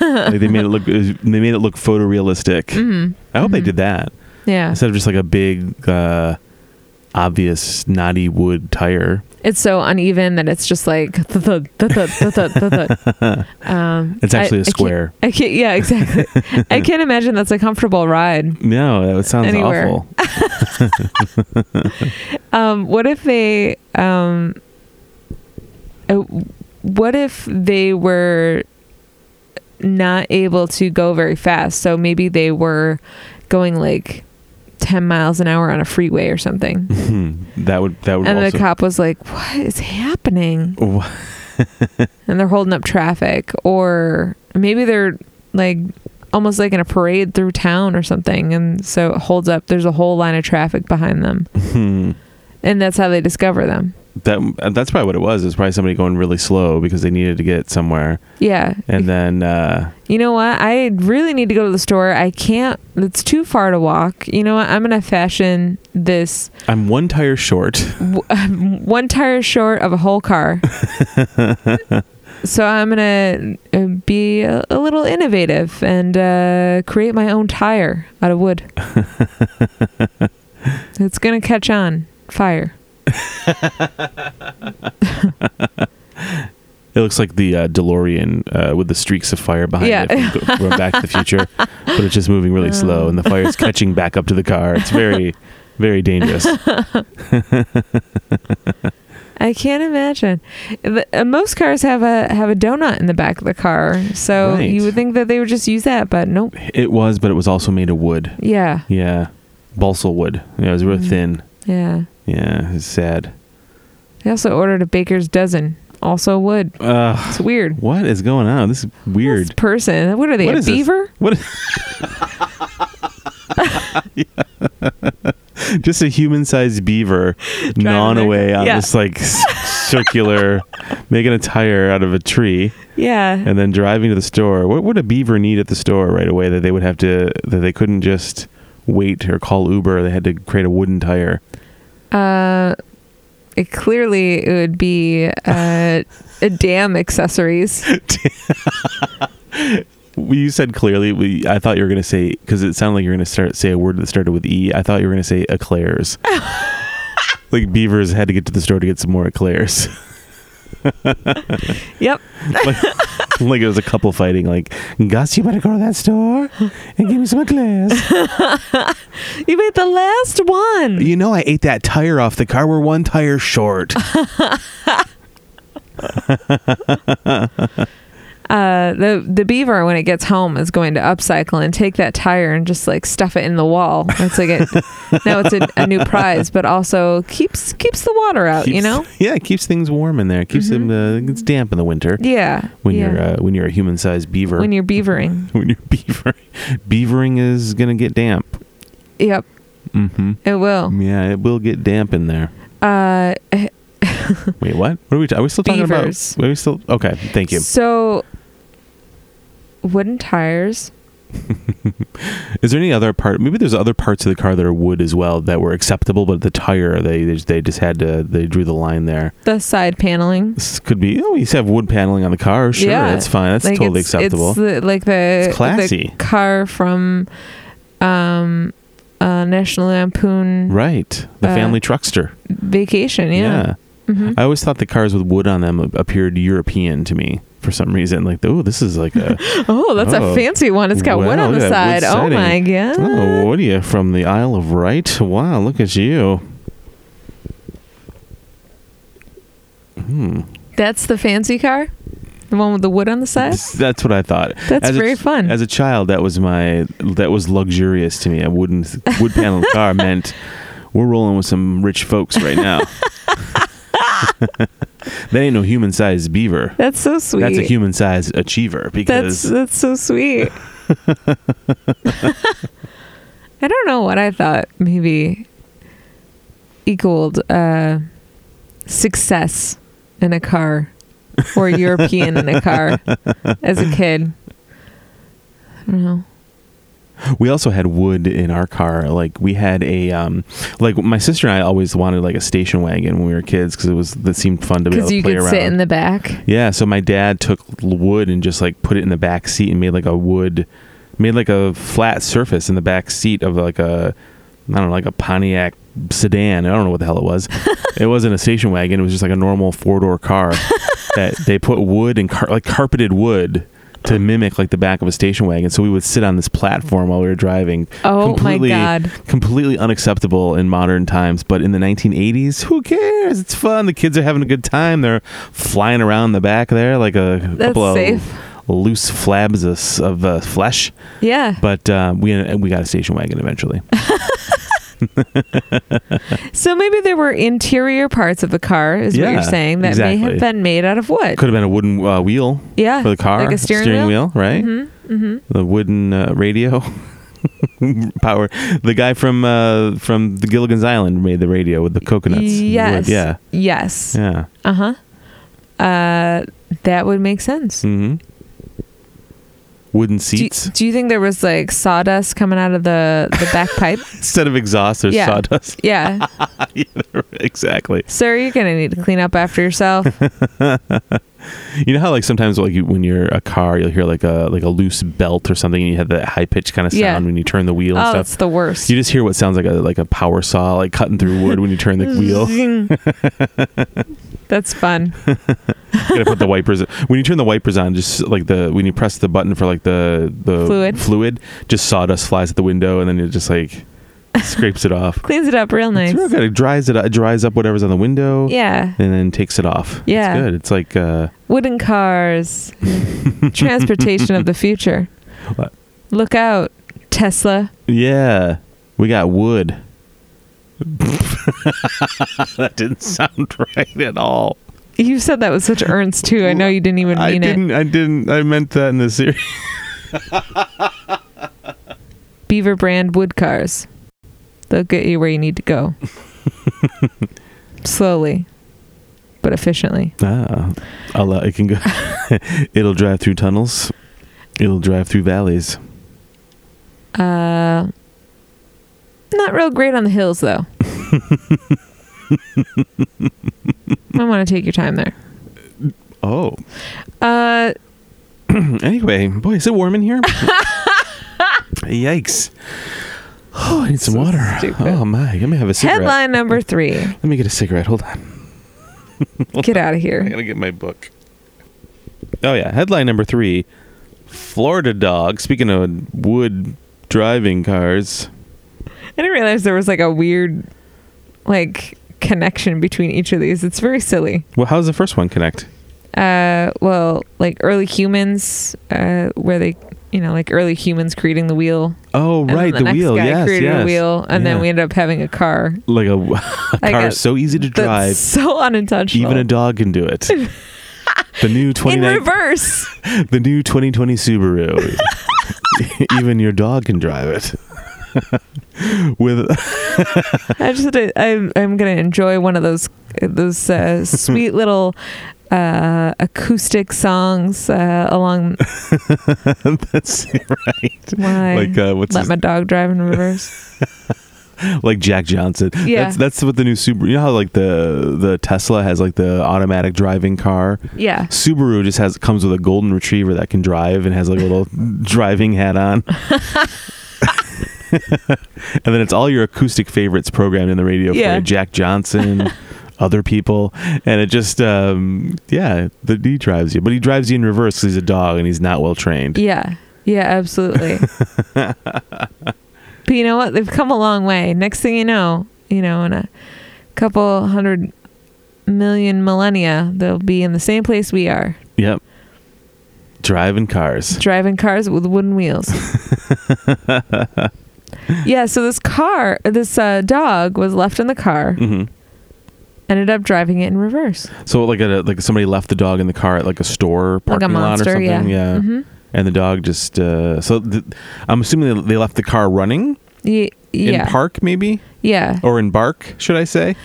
B: like they made it look they made it look photorealistic.
A: Mhm.
B: I hope they
A: Mhm.
B: did that
A: Yeah.
B: instead of just like a big uh, obvious knotty wood tire.
A: It's so uneven that it's just like um, thud, thud, thud, thud, thud, thud, thud. um,
B: It's
A: I- I
B: actually a
A: can't-
B: square.
A: I can't, yeah, exactly. I can't imagine that's a comfortable ride.
B: No, that sounds
A: Anywhere.
B: awful.
A: Um, what if they, um, uh, what if they were not able to go very fast? So maybe they were going like 10 miles an hour on a freeway or something.
B: that would that would
A: And the
B: also.
A: cop was like, what is happening?
B: Wha-
A: And they're holding up traffic. Or maybe they're like almost like in a parade through town or something. And so it holds up. There's a whole line of traffic behind them.
B: Hmm.
A: And that's how they discover them.
B: That uh, that's probably what it was. It was probably somebody going really slow because they needed to get somewhere,
A: Yeah.
B: and then uh,
A: you know what? I really need to go to the store. I can't. It's too far to walk. You know what? I'm going to fashion this
B: I'm one tire short.
A: w- one tire short of a whole car. so I'm going to be a, a little innovative and uh, create my own tire out of wood. it's going to catch on fire.
B: It looks like the uh, DeLorean uh, with the streaks of fire behind
A: Yeah.
B: it from go- from Back to the Future, but it's just moving really
A: Uh.
B: slow, and the fire is catching back up to the car. It's very, very dangerous.
A: I can't imagine. The, uh, most cars have a have a donut in the back of the car, so
B: Right.
A: you would think that they would just use that, but nope.
B: It was, but it was also made of wood.
A: Yeah,
B: Yeah, balsa wood. Yeah, it was real
A: Mm.
B: thin.
A: yeah.
B: Yeah, it's sad.
A: They also ordered a baker's dozen, also wood.
B: Ugh,
A: It's weird.
B: what is going on? This is
A: This
B: weird.
A: person. What are they?
B: What
A: a
B: is this?
A: beaver?
B: What? just a human-sized beaver gnawing
A: their-
B: away on
A: Yeah.
B: this like s- circular, making a tire out of a tree,
A: Yeah.
B: and then driving to the store. What would a beaver need at the store right away that they would have to that they couldn't just wait or call Uber? They had to create a wooden tire.
A: Uh, it clearly it would be uh, a damn accessories.
B: You said clearly. We, I thought you were going to say because it sounded like you were going to start say a word that started with e. I thought you were going to say eclairs. like beavers had to get to the store to get some more eclairs.
A: Yep.
B: like, like it was a couple fighting. Like Gus, you better go to that store and give me some eclairs.
A: You made the last one.
B: you know, I ate that tire off the car. We're one tire short.
A: Uh, the the beaver when it gets home is going to upcycle and take that tire and just like stuff it in the wall. It's like it, now it's a, a new prize, but also keeps keeps the water out. you
B: Keeps-
A: know? Mm-hmm.
B: Yeah, it keeps things warm in there. It keeps them. Uh, it's damp in the winter
A: Yeah.
B: when
A: yeah.
B: you're uh, when you're a human sized beaver.
A: when you're beavering.
B: when you're beavering, beavering is gonna get damp.
A: Yep,
B: Mm-hmm.
A: it will.
B: Yeah, it will get damp in there.
A: Uh,
B: Wait, what? What are we? T- are we still talking
A: Beavers.
B: about? Are we still? Okay, thank you.
A: So, wooden tires.
B: Is there any other part? Maybe there's other parts of the car that are wood as well that were acceptable, but the tire they they just, they just had to they drew the line there.
A: The side paneling.
B: This could be. Oh, you used to have wood paneling on the car. Sure,
A: Yeah,
B: that's fine. That's
A: Like,
B: totally
A: it's-
B: acceptable.
A: It's the, like the,
B: It's classy.
A: the car from um, uh, National Lampoon
B: right, the
A: uh,
B: family truckster.
A: Vacation. Yeah. Mhm.
B: I always thought the cars with wood on them appeared European to me for some reason. Like, oh, this is like a.
A: Oh, that's
B: Oh.
A: a fancy one. It's got wood
B: Wow,
A: on the
B: look
A: side.
B: at that
A: Oh
B: wood
A: my god.
B: oh, what are you from the Isle of Wight? Wow, look at you. Hmm.
A: That's the fancy car. The one with the wood on the side.
B: That's, that's what I thought.
A: That's
B: As a
A: very
B: ch-
A: fun.
B: As a child, that was my that was luxurious to me. A wooden wood panel car meant we're rolling with some rich folks right now. that ain't no human sized beaver.
A: That's so sweet.
B: That's a human sized achiever
A: That's
B: because
A: that's so sweet. I don't know what I thought maybe equaled uh, success in a car or European in a car as a kid. I don't know.
B: we also had wood in our car. Like we had a um, like my sister and I always wanted like a station wagon when we were kids because it was that seemed fun to be able
A: Because
B: to
A: you
B: play
A: could
B: around.
A: sit in the back.
B: Yeah, so my dad took l- wood and just like put it in the back seat and made like a wood, made like a flat surface in the back seat of like a, I don't know, like a Pontiac sedan. I don't know what the hell it was. it wasn't a station wagon. It was just like a normal four door car that they put wood and car- like carpeted wood to mimic like the back of a station wagon. So we would sit on this platform while we were driving.
A: Oh my God.
B: Completely unacceptable in modern times, but in the 1980s, who cares? It's fun. The kids are having a good time. They're flying around the back there like a couple
A: safe.
B: of loose flabs of, s- of uh, flesh.
A: Yeah.
B: uh, But uh, we we got a station wagon eventually.
A: So maybe there were interior parts of the car, is what
B: Yeah,
A: you're saying, that may
B: exactly.
A: have been made out of wood.
B: Could have been a wooden uh, wheel
A: yeah.
B: for the car,
A: Like a steering,
B: wheel, right?
A: Mm-hmm, mm-hmm.
B: The wooden uh, radio power. The guy from uh, from the Gilligan's Island made the radio with the coconuts. and wood.
A: Yes.
B: Yeah.
A: Yes.
B: Yeah.
A: Uh-huh. Uh That would make sense.
B: hmm Wooden
A: Do you,
B: seats
A: do you think there was like sawdust coming out of the the back pipe?
B: instead of exhaust. There's
A: Yeah.
B: sawdust.
A: Yeah,
B: Yeah, exactly.
A: sir, you're gonna need to clean up after yourself.
B: You know how like sometimes like you, when you're a car, you'll hear like a like a loose belt or something, and you have that high pitched kind of sound
A: Yeah.
B: when you turn the wheel and
A: oh,
B: stuff.
A: it's the worst.
B: You just hear what sounds like a like a power saw like cutting through wood when you turn the wheel.
A: Zing. That's fun.
B: You gotta put the wipers when you turn the wipers on. Just like the when you press the button for like the the
A: Fluid.
B: just sawdust flies at the window, and then it just like scrapes it off.
A: Cleans it up real nice.
B: It's real good. It dries it. It dries up whatever's on the window.
A: Yeah,
B: And then takes it off.
A: Yeah.
B: It's good. It's like uh,
A: wooden cars, transportation of the future.
B: What?
A: Look out, Tesla.
B: Yeah, we got wood. that didn't sound right at all.
A: You said that with such earnest too. I know you didn't even mean
B: I
A: it.
B: didn't. I didn't. I meant that in the series.
A: Beaver Brand wood cars. They'll get you where you need to go. Slowly, but efficiently.
B: Ah, I'll, uh, it can go. It'll drive through tunnels. It'll drive through valleys.
A: Uh, not real great on the hills, though. I want to take your time there.
B: Oh.
A: Uh,
B: Anyway, boy, is it warm in here? Yikes. Oh, I need some
A: So
B: water.
A: stupid.
B: Oh my! Let me have a cigarette.
A: headline number three.
B: Let me get a cigarette. Hold on.
A: Get out of
B: I
A: here.
B: gotta get my book. Oh yeah, headline number three: Florida dog. Speaking of wood driving cars,
A: I didn't realize there was like a weird, like, connection between each of these. It's very silly.
B: well, how does the first one connect?
A: uh well like early humans uh where they you know like early humans creating the wheel
B: Oh
A: and then
B: right,
A: the,
B: the,
A: next
B: wheel.
A: guy
B: yes,
A: created
B: yes.
A: a wheel and
B: Yeah.
A: then we ended up having a car
B: like a, a
A: Like
B: car
A: a-
B: so easy to
A: that's
B: drive,
A: so unintentional
B: even a dog can do it. the new twenty
A: in
B: nine,
A: reverse
B: the new twenty twenty Subaru. even your dog can drive it. With
A: i just I'm, I'm gonna enjoy one of those those uh, sweet little uh acoustic songs uh along
B: that's right,
A: my
B: like uh, what's
A: let
B: his
A: my dog drive in reverse
B: like Jack Johnson.
A: Yeah.
B: That's that's what the new Subaru. You know how like the the Tesla has like the automatic driving car.
A: yeah
B: Subaru just has comes with a golden retriever that can drive and has like a little driving hat on. and then it's all your acoustic favorites programmed in the radio for
A: Yeah.
B: you. Jack Johnson, other people, and it just um yeah, the he drives you, but he drives you in reverse 'cause he's a dog and he's not well trained.
A: Yeah. Yeah, absolutely. but you know what? They've come a long way. Next thing you know, you know, in a couple hundred million millennia, they'll be in the same place we are,
B: Yep. Driving cars.
A: driving cars with wooden wheels. yeah, so this car, this uh, dog was left in the car,
B: Mhm.
A: ended up driving it in reverse.
B: So like a, like somebody left the dog in the car at like a store
A: Like
B: parking
A: a
B: lot or
A: monster,
B: something.
A: yeah. hmm
B: And the dog just uh, so th- I'm assuming they- they left the car running
A: Yeah.
B: in Oh, park maybe
A: yeah.
B: or in bark should I say?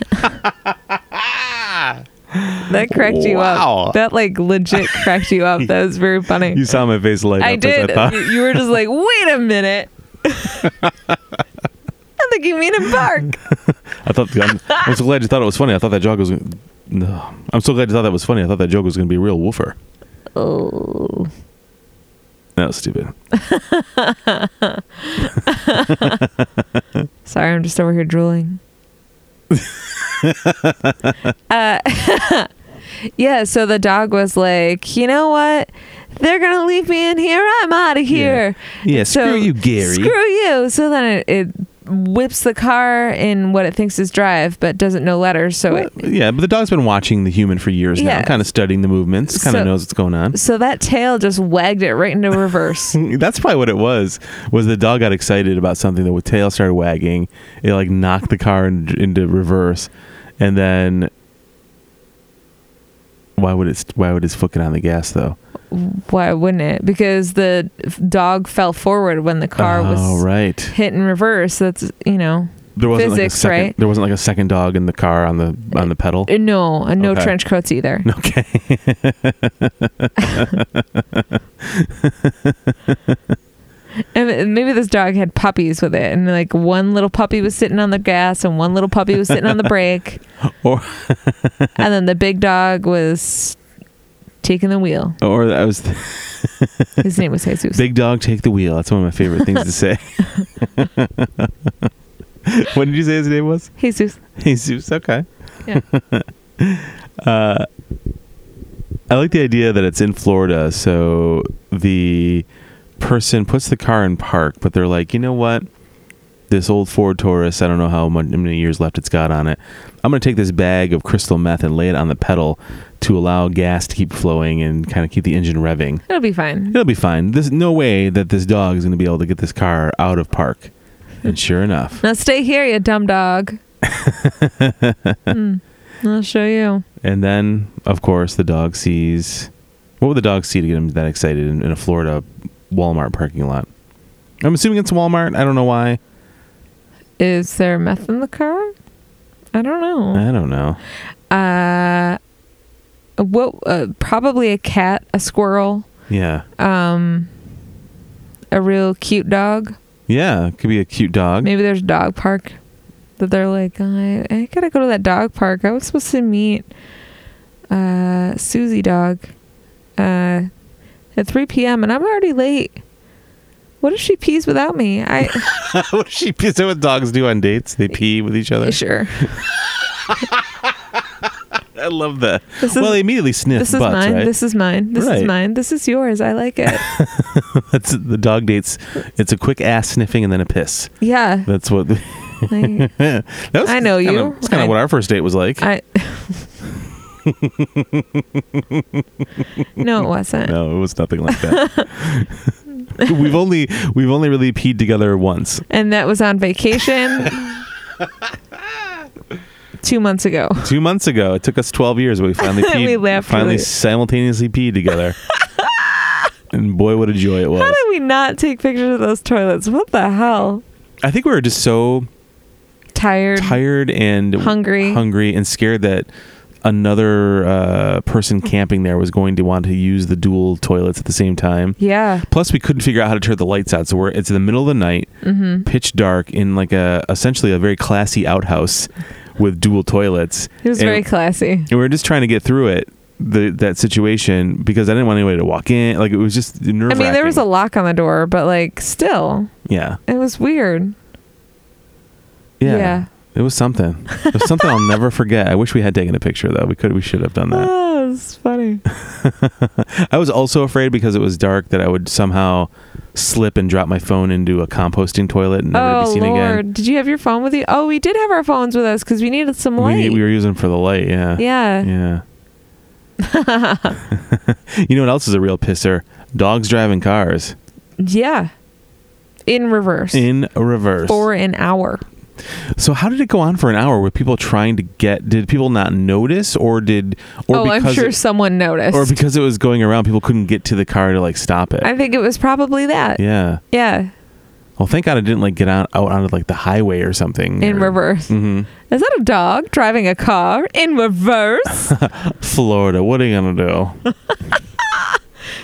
A: That cracked you
B: Wow.
A: up. That like legit cracked you up. That was very funny.
B: You saw my face light
A: I
B: up as
A: did.
B: I thought.
A: you, you were just like, wait a minute. I think you mean a bark.
B: I thought I'm, I'm so glad you thought it was funny. I thought that joke was. No, I'm so glad you thought that was funny. I thought that joke was going to be a real woofer.
A: Oh.
B: That was stupid.
A: Sorry, I'm just over here drooling. uh, yeah, so the dog was like, you know what? They're going to leave me in here. I'm out of here.
B: Yeah,
A: So,
B: screw you, Gary.
A: Screw you. So then it, it whips the car in what it thinks is drive, but doesn't know letters. So it,
B: Well, yeah, but the dog's been watching the human for years now,
A: Yeah.
B: kind of studying the movements, kind of
A: So-
B: knows what's going on.
A: so that tail just wagged it right into reverse.
B: That's probably what it was. Was the dog got excited about something? The tail started wagging. It like knocked the car in, into reverse, and then why would it? Why would it foot get on the gas though?
A: Why wouldn't it? Because the f- dog fell forward when the car
B: oh
A: was
B: right.
A: hit in reverse. That's you know
B: There wasn't like a
A: physics,
B: second.
A: right?
B: There wasn't like a second dog in the car on the on the pedal.
A: Uh, No, and no
B: Okay.
A: trench coats either.
B: Okay.
A: And m- maybe this dog had puppies with it, and like one little puppy was sitting on the gas, and one little puppy was sitting on the brake,
B: Or-
A: and then the big dog was taking the wheel.
B: Or I was
A: His name was Jesus.
B: Big dog, take the wheel. That's one of my favorite things to say. what did you say his name was?
A: Jesus.
B: Jesus. Okay.
A: Yeah.
B: Uh, I like the idea that it's in Florida, so the person puts the car in park, but they're like, you know what? This old Ford Taurus, I don't know how mon- how many years left it's got on it. I'm going to take this bag of crystal meth and lay it on the pedal to allow gas to keep flowing and kind of keep the engine revving.
A: It'll be fine.
B: It'll be fine. There's no way that this dog is going to be able to get this car out of park. And sure enough,
A: Now stay here, you dumb dog. Hmm. I'll show you.
B: and then of course the dog sees. What would the dog see to get him that excited in, in a Florida Walmart parking lot? I'm assuming it's Walmart. I don't know why.
A: Is there meth in the car? I don't know.
B: I don't know.
A: Uh, what? Uh, probably a cat, a squirrel,
B: Yeah,
A: um, a real cute dog.
B: yeah. It could be a cute dog.
A: Maybe there's a dog park that they're like, "Oh, I, I gotta go to that dog park. I was supposed to meet uh, Susie Dog uh, at 3 p.m. and I'm already late. What if she pees without me? I
B: what does she? Is that what dogs do on dates? They pee with each other.
A: sure.
B: I love that.
A: This is
B: well, they immediately sniff
A: this is
B: butts,
A: mine.
B: right?
A: This is mine. This
B: Right.
A: is mine. This is yours. I like it.
B: That's the dog dates. It's a quick ass sniffing and then a piss.
A: yeah.
B: That's what.
A: Like,
B: that was
A: I know
B: kinda,
A: you.
B: That's kind
A: I-
B: of what our first date was like.
A: I. no, it wasn't.
B: No, it was nothing like that. we've only we've only really peed together once,
A: And that was on vacation two months ago.
B: two months ago. It took us twelve years, but we finally peed,
A: We laughed
B: finally
A: really-
B: simultaneously peed together. and boy, what a joy it
A: How
B: was!
A: did we not take pictures of those toilets? What the hell?
B: I think we were just so
A: Tired.
B: tired and
A: Hungry.
B: hungry and scared that another uh, person camping there was going to want to use the dual toilets at the same time.
A: Yeah.
B: Plus, we couldn't figure out how to turn the lights out, so we're it's in the middle of the night.
A: Mm-hmm.
B: pitch dark in like a essentially a very classy outhouse with dual toilets.
A: It was
B: and,
A: very classy.
B: and we were just trying to get through it the, that situation because I didn't want anybody to walk in. Like it was just nerve.
A: I mean, there was a lock on the door, but like still,
B: yeah.
A: it was weird.
B: yeah
A: Yeah.
B: it was something. It was something I'll never forget. I wish we had taken a picture though. We could we should have done that.
A: Oh, it's funny.
B: I was also afraid because it was dark that I would somehow slip and drop my phone into a composting toilet and never
A: oh
B: be seen
A: Lord,
B: again.
A: did you have your phone with you? Oh, we did have our phones with us because we needed some
B: We,
A: light.
B: need- we were using for the light. Yeah.
A: yeah.
B: Yeah. you know what else is a real pisser? Dogs driving cars
A: Yeah. In reverse.
B: in reverse.
A: for an hour.
B: so how did it go on for an hour with people trying to get? Did people not notice, or did, or
A: oh, I'm
B: because,
A: sure someone noticed.
B: or because it was going around, people couldn't get to the car to like stop it?
A: I think it was probably that.
B: yeah.
A: Yeah.
B: Well, thank God it didn't like get out out onto like the highway or something.
A: In reverse.
B: hmm
A: Is that a dog driving a car in reverse?
B: Florida, what are you gonna do?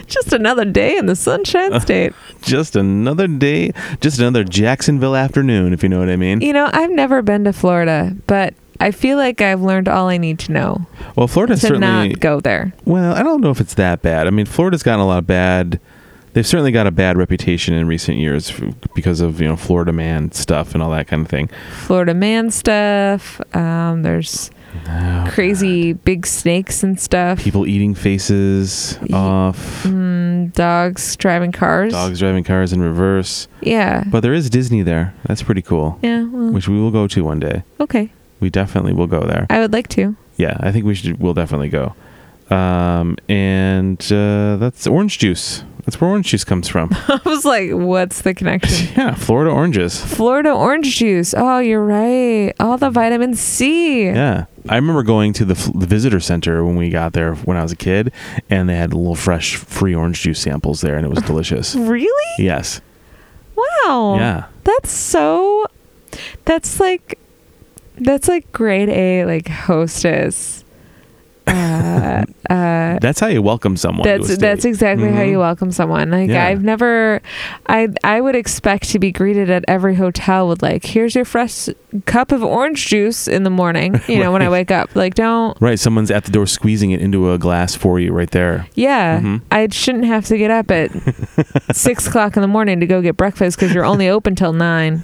A: Just another day in the Sunshine State.
B: just another day, just another Jacksonville afternoon, if you know what I mean.
A: You know, I've never been to Florida, but I feel like I've learned all I need to know
B: Well, Florida
A: to
B: certainly
A: not go there.
B: Well, I don't know if it's that bad. I mean, Florida's gotten a lot of bad. They've certainly got a bad reputation in recent years f- because of you know Florida man stuff and all that kind of thing.
A: Florida man stuff. Um, there's
B: Oh,
A: crazy big snakes and stuff.
B: People eating faces
A: Ye-
B: off.
A: Mm, dogs driving cars.
B: Dogs driving cars in reverse.
A: Yeah.
B: But there is Disney there. That's pretty cool.
A: yeah. Well,
B: Which we will go to one day.
A: okay.
B: We definitely will go there.
A: I would like to.
B: Yeah, I think we should. We'll definitely go. Um, and uh, that's orange juice. That's where orange juice comes from.
A: I was like, what's the connection?
B: yeah, Florida oranges.
A: Florida orange juice. Oh, you're right. All the vitamin C.
B: Yeah, I remember going to the, fl- the visitor center when we got there when I was a kid, and they had little fresh, free orange juice samples there, and it was delicious.
A: Really?
B: yes.
A: Wow.
B: Yeah.
A: That's so. That's like. That's like grade A, like hostess. Uh, uh,
B: That's how you welcome someone. to a
A: that's
B: state.
A: that's exactly how
B: Mhm.
A: you welcome someone. Like
B: Yeah.
A: I've never, I I would expect to be greeted at every hotel with like, here's your fresh cup of orange juice in the morning. You know when I
B: Right.
A: wake up, like don't.
B: right. Someone's at the door squeezing it into a glass for you right there.
A: Yeah,
B: Mhm.
A: I shouldn't have to get up at six o'clock in the morning to go get breakfast because you're only open till nine.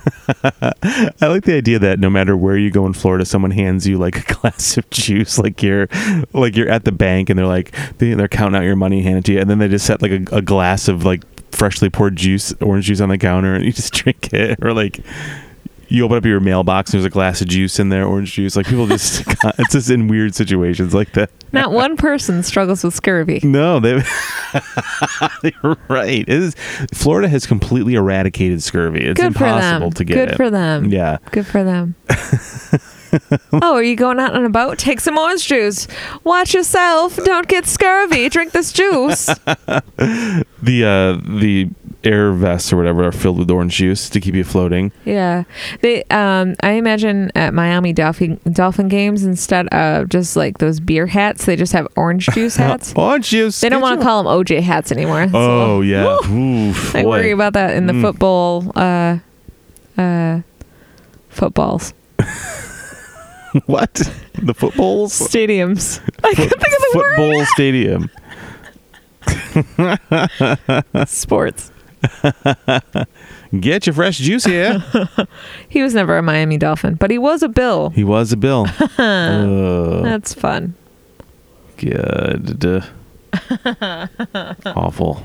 B: I like the idea that no matter where you go in Florida, someone hands you like a glass of juice, like you're, like you're at the bank and they're like they, they're counting out your money, hand it to you, and then they just set like a, a glass of like freshly poured juice, orange juice on the counter, and you just drink it, or like you open up your mailbox and there's a glass of juice in there, orange juice. Like people just, it's just in weird situations like that.
A: Not one person struggles with scurvy.
B: No, they. you're right. It is, Florida has completely eradicated scurvy. It's
A: Good for
B: impossible
A: them.
B: to get
A: Good
B: it.
A: for them.
B: yeah.
A: Good for them. oh, are you going out on a boat? Take some orange juice. Watch yourself. Don't get scurvy. Drink this juice.
B: the uh the air vests or whatever are filled with orange juice to keep you floating.
A: yeah. They um I imagine at Miami Dolphin Dolphin games instead of just like those beer hats, they just have orange juice hats.
B: orange juice.
A: they don't
B: get
A: want to
B: you-
A: call them OJ hats anymore. so
B: Oh yeah. Oof,
A: I
B: boy.
A: worry about that in the
B: Mm.
A: football uh uh footballs.
B: what? The footballs.
A: Stadiums. I can't think of the
B: Football stadium.
A: word sports.
B: Get your fresh juice here.
A: He was never a Miami Dolphin, but he was a Bill.
B: he was a bill. Ugh.
A: That's fun.
B: Good. Awful.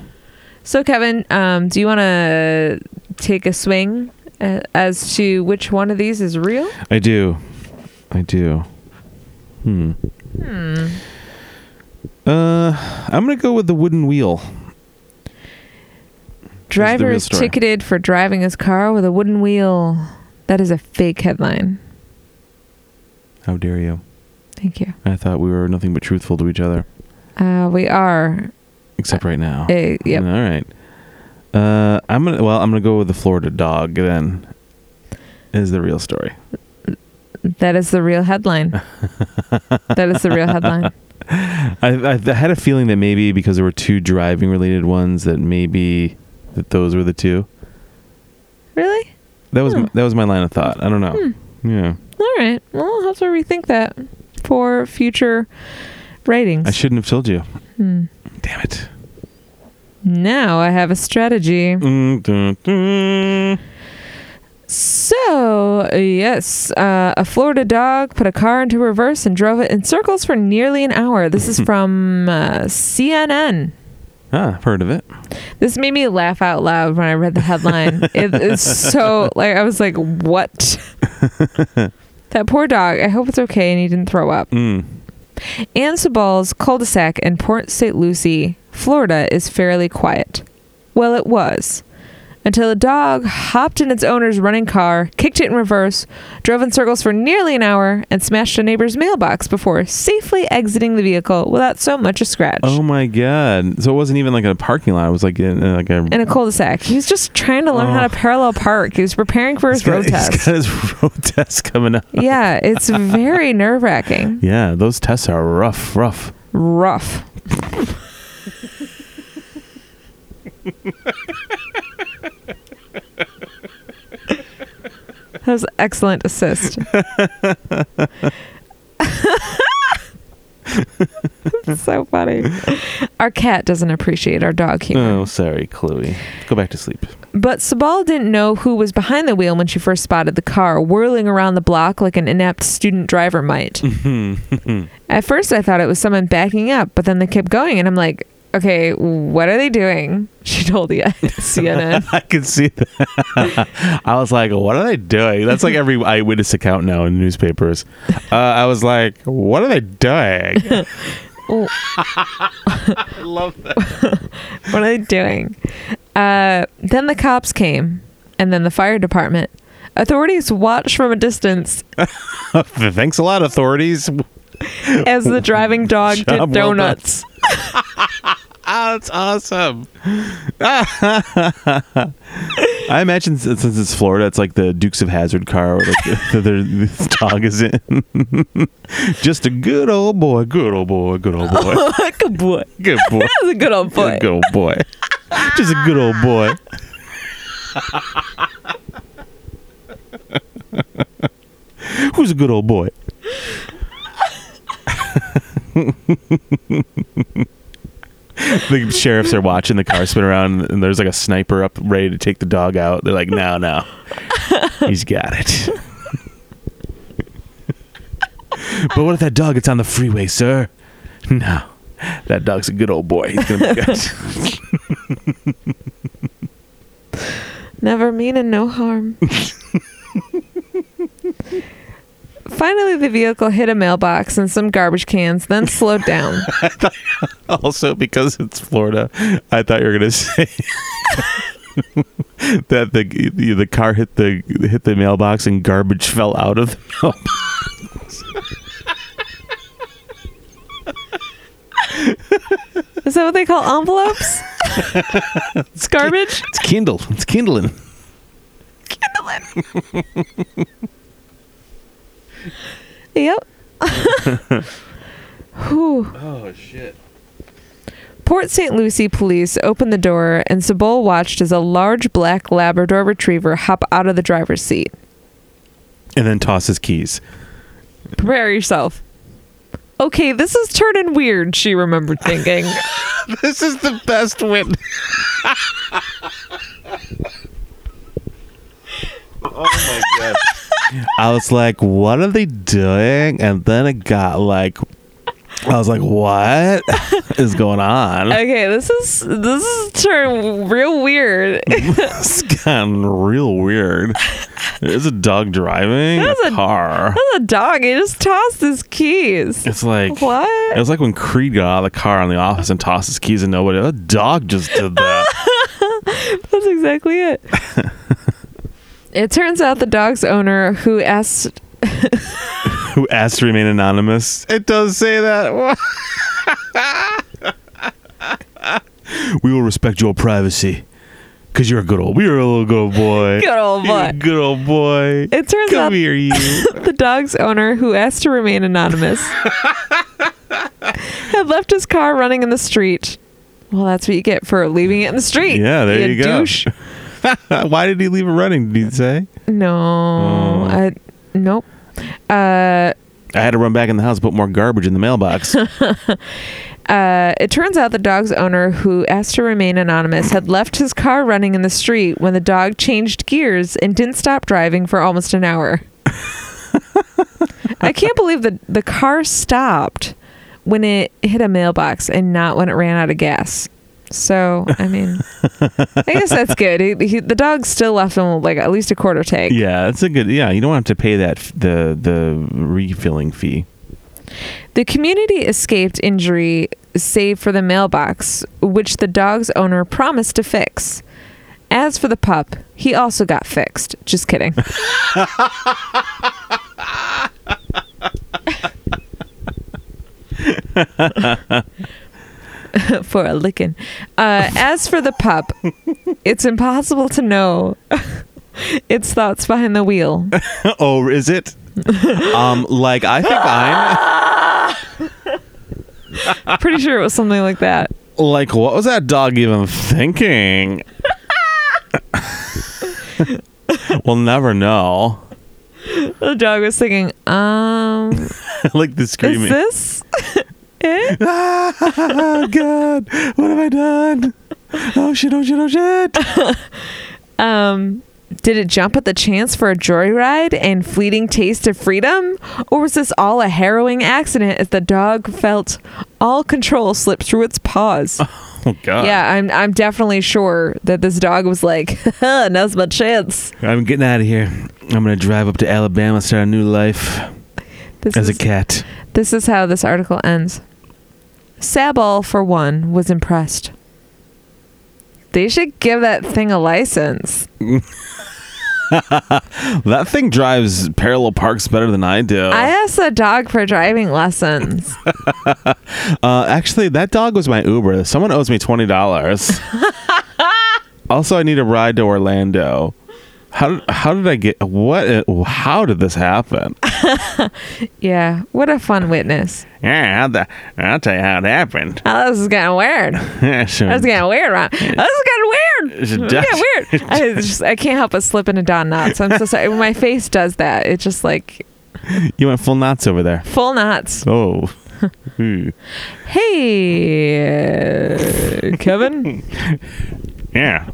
A: So, Kevin, um, do you want to take a swing uh, as to which one of these is real?
B: I do. I do. Hmm.
A: Hmm.
B: Uh, I'm gonna go with the wooden wheel.
A: Driver
B: real
A: is
B: story.
A: ticketed for driving his car with a wooden wheel. That is a fake headline.
B: How dare you?
A: Thank you.
B: I thought we were nothing but truthful to each other,
A: Uh, we are.
B: except right now.
A: Uh,
B: All
A: yep.
B: right. Uh, I'm gonna. Well, I'm gonna go with the Florida dog. Then is the real story.
A: That is the real headline. that is the real headline.
B: I, I had a feeling that maybe because there were two driving related ones, that maybe that those were the two.
A: Really?
B: That was
A: Hmm.
B: that was my line of thought. I don't know. Yeah,
A: All right. Well, I'll have to rethink that for future ratings.
B: I shouldn't have told you.
A: Hmm.
B: Damn it.
A: Now I have a strategy.
B: Mm, dun, dun.
A: So, yes, uh, a Florida dog put a car into reverse and drove it in circles for nearly an hour. This is from uh, CNN.
B: Ah, I've heard of it.
A: This made me laugh out loud when I read the headline. it, it's so, like, I was like, what? that poor dog. I hope it's okay and he didn't throw up.
B: Mm.
A: Ansibal's cul-de-sac in Port St. Lucie, Florida is fairly quiet. Well, it was. Until a dog hopped in its owner's running car, kicked it in reverse, drove in circles for nearly an hour, and smashed a neighbor's mailbox before safely exiting the vehicle without so much as scratch.
B: Oh my god! So it wasn't even like in a parking lot. It was like in, in like a
A: in a cul-de-sac. He was just trying to learn how to parallel park. He was preparing for his
B: He's got-
A: road
B: He's
A: test.
B: got his road test coming up.
A: yeah, it's very nerve-wracking.
B: Yeah, those tests are rough, rough.
A: rough. that was excellent assist. That's so funny. Our cat doesn't appreciate our dog humor.
B: Oh, sorry, Chloe. Go back to sleep.
A: But Sabal didn't know who was behind the wheel when she first spotted the car, whirling around the block like an inept student driver might. At first, I thought it was someone backing up, but then they kept going, and I'm like, okay, what are they doing? She told the CNN.
B: I can see that. I was like, what are they doing? That's like every eyewitness account now in newspapers. Uh, I was like, what are they doing?
A: Oh,
B: I love that.
A: what are they doing? Uh, then the cops came, and then the fire department. Authorities watched from a distance
B: Thanks a lot, authorities.
A: as the driving dog
B: Job well
A: did
B: done.
A: donuts.
B: Ah, that's awesome. I imagine since since it's Florida, it's like the Dukes of Hazard car like, that their- this dog is in. Just a good old boy, good old boy, good old boy,
A: good boy.
B: good boy,
A: That was a good old boy.
B: good old boy. Just a good old boy. Who's a good old boy? the sheriffs are watching the car spin around, and there's like a sniper up ready to take the dog out. They're like, "No, no, he's got it." but what if that dog gets on the freeway, sir? No, that dog's a good old boy. He's gonna be good.
A: Never mean and no harm. Finally, the vehicle hit a mailbox and some garbage cans, then slowed down.
B: Also, because it's Florida, I thought you were gonna say that the, the the car hit the hit the mailbox and garbage fell out of the mailbox.
A: Is that what they call envelopes? it's garbage?
B: It's Kindle. It's kindling.
A: Kindling. yep. Whew.
B: Oh shit!
A: Port St. Lucie police opened the door, and Sabol watched as a large black Labrador retriever hop out of the driver's seat.
B: And then toss his keys.
A: Prepare yourself. Okay, this is turning weird, she remembered thinking.
B: This is the best win. oh my god! I was like, "What are they doing?" And then it got like, I was like, "What is going on?"
A: okay, this is this is turning real weird.
B: It's gotten real weird. There's a dog driving
A: That
B: a,
A: was a-
B: car.
A: the dog, he just tossed his keys.
B: It's like
A: What?
B: It was like when Creed got out of the car in the office and tossed his keys and nobody. A dog just did that.
A: That's exactly it. it turns out the dog's owner, who asked
B: Who asked to remain anonymous? It does say that. we will respect your privacy, cause you're a good old. You're a little good old boy.
A: Good old
B: You're a
A: boy.
B: Good old boy.
A: it turns
B: Come
A: out
B: here, you.
A: the dog's owner, who asked to remain anonymous, had left his car running in the street. Well, that's what you get for leaving it in the street.
B: Yeah, there you go.
A: douche.
B: Why did he leave it running? Did he say? Oh.
A: No, I nope. Uh,
B: I had to run back in the house, put more garbage in the mailbox.
A: uh, it turns out the dog's owner, who asked to remain anonymous, had left his car running in the street when the dog changed gears and didn't stop driving for almost an hour. I can't believe that the car stopped when it hit a mailbox and not when it ran out of gas. So, I mean, I guess that's good. He, he, the dog still left him like at least a quarter tank.
B: yeah, that's a good. Yeah, you don't have to pay that f- the the refilling fee.
A: The community escaped injury, save for the mailbox, which the dog's owner promised to fix. As for the pup, he also got fixed. Just kidding. for a licking. Uh, as for the pup, it's impossible to know its thoughts behind the wheel.
B: oh, is it? um, like I think I'm
A: Pretty sure it was something like that.
B: like, what was that dog even thinking? we'll never know.
A: The dog was thinking, um,
B: like the screaming.
A: Is this it?
B: Ah, oh God! What have I done? Oh shit! Oh shit! Oh shit!
A: Um, did it jump at the chance for a joyride and fleeting taste of freedom? Or was this all a harrowing accident as the dog felt all control slip through its paws?
B: Oh God.
A: yeah, I'm I'm definitely sure that this dog was like, now's my chance.
B: I'm getting out of here. I'm gonna drive up to Alabama, start a new life
A: This
B: as
A: is
B: a cat.
A: This is how this article ends. Sabal, for one, was impressed. They should give that thing a license.
B: That thing drives parallel parks better than I do.
A: I asked the dog for driving lessons.
B: uh, actually, that dog was my Uber. Someone owes me twenty dollars. also, I need a ride to Orlando. How did, how did I get what? uh, How did this happen?
A: yeah, what a fun witness.
B: Yeah, how'd the, I'll tell you how it happened.
A: Oh, this is getting weird. This is getting weird, Ron. Oh, this is getting weird. This is getting weird. I, it's just, I can't help but slip into Don knots. I'm so sorry. My face does that. It's just like
B: you went full knots over there.
A: full knots.
B: Oh. Ooh.
A: Hey, uh, Kevin.
B: Yeah.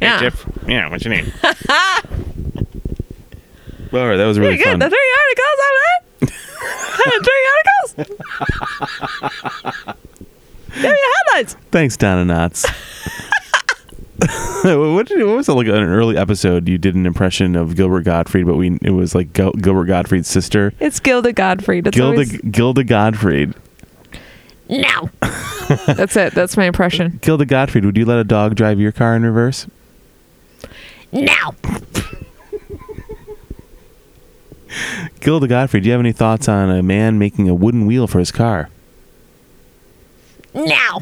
A: Yeah.
B: Yeah, what's your name? All right, that was really
A: Pretty
B: fun.
A: good. The three articles out of that. three articles. Give me your headlines.
B: Thanks, Donna Knotts. what, did, what was it like an early episode? You did an impression of Gilbert Gottfried, but we it was like Gil, Gilbert Gottfried's sister,
A: It's Gilda Godfrey. That's
B: Gilda
A: always-
B: Gilda Gottfried.
A: no. That's it. That's my impression.
B: Gilda Gottfried, would you let a dog drive your car in reverse?
A: No.
B: Gilda Gottfried, do you have any thoughts on a man making a wooden wheel for his car?
A: No.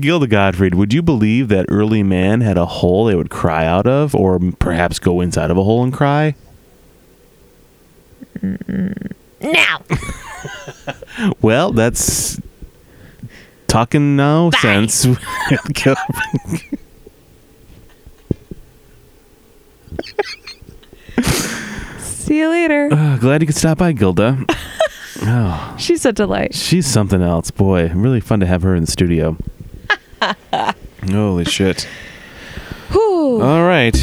B: Gilda Gottfried, would you believe that early man had a hole they would cry out of, or perhaps go inside of a hole and cry?
A: No.
B: Well, that's talking now sense.
A: See you later.
B: Uh, glad you could stop by, Gilda. oh,
A: She's a delight.
B: she's something else, boy. Really fun to have her in the studio. Holy shit!
A: Whew.
B: All right.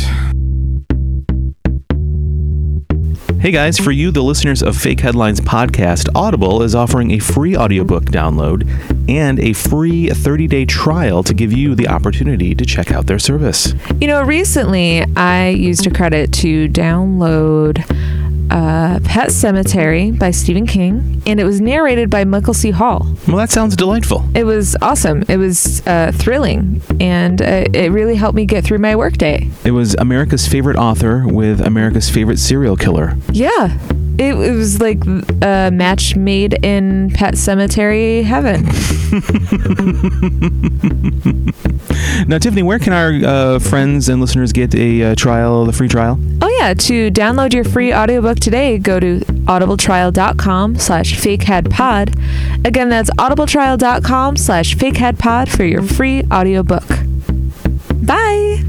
B: Hey guys, for you, the listeners of Fake Headlines Podcast, Audible is offering a free audiobook download and a free 30 day trial to give you the opportunity to check out their service.
A: You know, recently I used a credit to download uh, Pet Cemetery by Stephen King, and it was narrated by Michael C. Hall.
B: Well, that sounds delightful.
A: It was awesome. It was uh, thrilling, and uh, it really helped me get through my workday.
B: It was America's favorite author with America's favorite serial killer.
A: Yeah, it, it was like a match made in Pet Cemetery heaven.
B: Now, Tiffany, where can our uh, friends and listeners get a uh, trial, the free trial?
A: Oh yeah, to download your free audiobook today, go to audibletrial.com slash fakeheadpod. Again, that's audibletrial.com slash fakeheadpod for your free audiobook. Bye!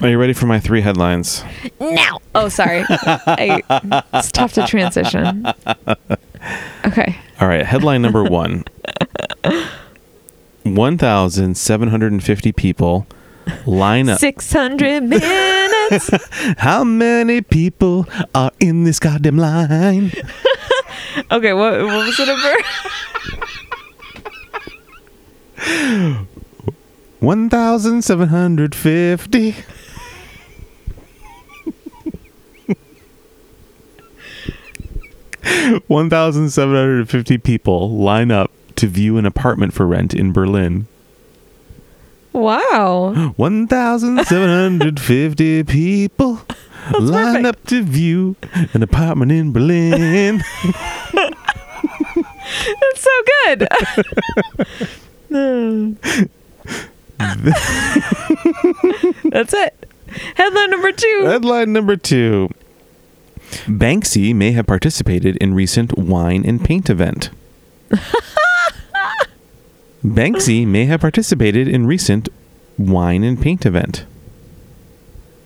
B: Are you ready for my three headlines?
A: Now! Oh, sorry. I, it's tough to transition. Okay.
B: All right, headline number one 1,750 people line up.
A: 600 minutes!
B: How many people are in this goddamn line?
A: Okay, what, what was it over?
B: 1,750. One thousand seven hundred and fifty people line up to view an apartment for rent in Berlin.
A: Wow.
B: One thousand seven hundred fifty people line
A: perfect.
B: up to view an apartment in Berlin.
A: That's so good. That's it. Headline number two.
B: Headline number two. Banksy may have participated in recent wine and paint event. Banksy may have participated in recent wine and paint event.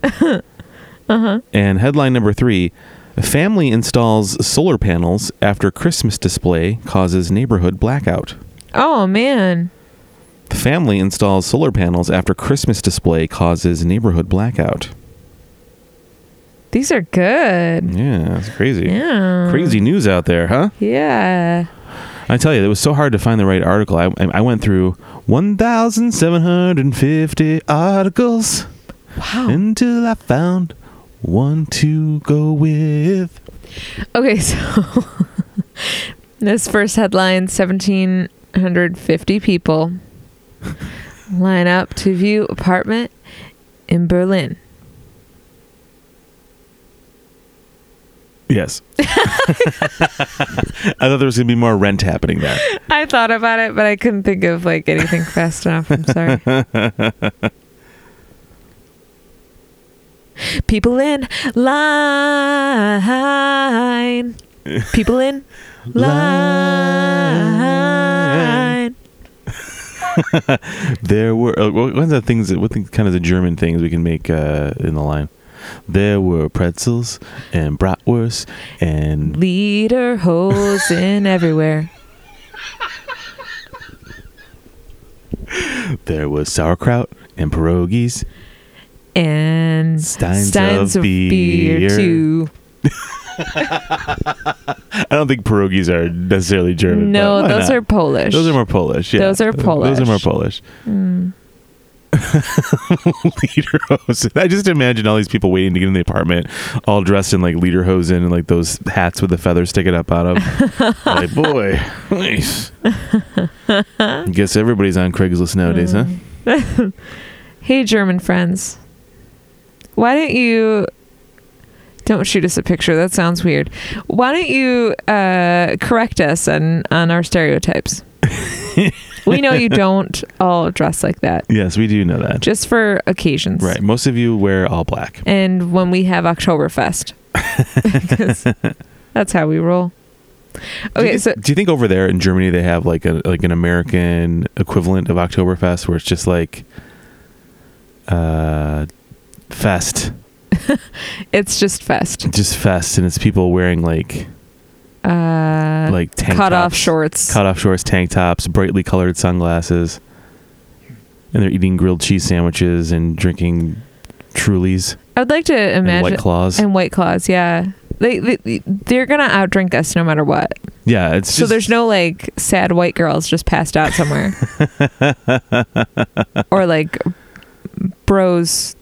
B: uh-huh. And headline number three A family installs solar panels after Christmas display causes neighborhood blackout.
A: Oh man.
B: The family installs solar panels after Christmas display causes neighborhood blackout.
A: These are good.
B: Yeah, that's crazy.
A: Yeah.
B: Crazy news out there, huh?
A: Yeah.
B: I tell you, it was so hard to find the right article. I, I went through 1,750 articles
A: Wow.
B: until I found one to go with.
A: Okay, so this first headline 1750 people line up to view apartment in Berlin.
B: Yes. I thought there was going to be more rent happening there.
A: I thought about it, but I couldn't think of like anything fast enough. I'm sorry. People in line. People in line.
B: There were uh, what what are the things? that- What the, kind of the German things we can make uh, in the line? There were pretzels and bratwurst and
A: Leader holes in everywhere.
B: there was sauerkraut and pierogies.
A: And
B: Steins
A: steins
B: of
A: of beer,
B: beer.
A: too.
B: I don't think pierogies are necessarily German.
A: no,
B: but why
A: those
B: not?
A: are Polish.
B: those are more Polish. Yeah,
A: Those are
B: Those are more
A: Polish.
B: Polish.
A: Mm.
B: Lederhosen. I just imagine all these people waiting to get in the apartment, all dressed in like lederhosen and like those hats with the feathers sticking up out of. like, boy, nice. Guess everybody's on Craigslist nowadays,
A: Mm.
B: huh?
A: Hey, German friends. Why don't you. Don't shoot us a picture. That sounds weird. Why don't you uh, correct us on, on our stereotypes? we know you don't all dress like that,
B: Yes, we do know that.
A: just for occasions.
B: Right. Most of you wear all black.
A: And when we have Oktoberfest. 'Cause that's how we roll.
B: do
A: Okay,
B: you,
A: so
B: think- do you think over there in Germany they have like a like an American equivalent of Oktoberfest where it's just like uh fest.
A: it's just fest.
B: Just fest and it's people wearing like
A: Uh,
B: like tank
A: cut off
B: tops.
A: shorts.
B: cut off shorts, tank tops, brightly colored sunglasses, and they're eating grilled cheese sandwiches and drinking Trulies
A: I would like to
B: and
A: imagine
B: White Claws.
A: and white claws yeah they, they they're gonna outdrink us no matter what
B: yeah, it's
A: so
B: just,
A: there's no like sad white girls just passed out somewhere or like bros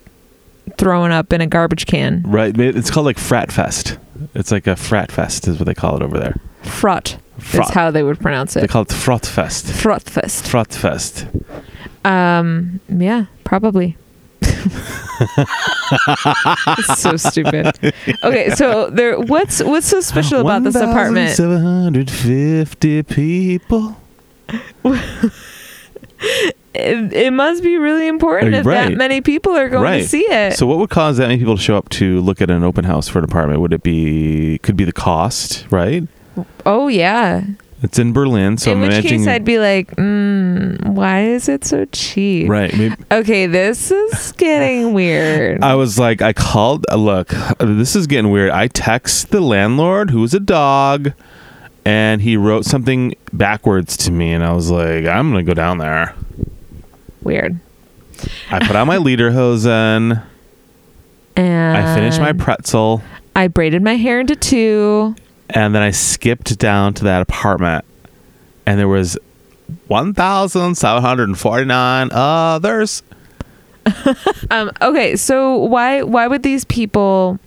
A: thrown up in a garbage can
B: right. It's called like frat fest. It's like a frat fest is what they call it over there.
A: frot is
B: Frot.
A: how they would pronounce
B: They
A: it
B: call it frot fest.
A: frotfest
B: Frot fest.
A: um yeah probably It's so stupid okay so there what's what's so special about this apartment
B: 750 people.
A: it, it must be really important if
B: Right.
A: that many people are going
B: Right.
A: to see it.
B: So what would cause that many people to show up to look at an open house for an apartment? Would it be could be the cost, right?
A: oh yeah.
B: It's in Berlin, so
A: In
B: I'm
A: which
B: imagining
A: case, I'd be like, mm, why is it so cheap?
B: right. Maybe,
A: Okay, this is getting weird.
B: I was like, I called. uh, Look, this is getting weird. I text the landlord, who's a dog, and he wrote something backwards to me, and I was like, I'm gonna go down there.
A: weird.
B: I put on my lederhosen.
A: And
B: I finished
A: Um,
B: my pretzel,
A: I braided my hair into two.
B: and then I skipped down to that apartment, and there was 1,749 others.
A: Um. Okay. So why why would these people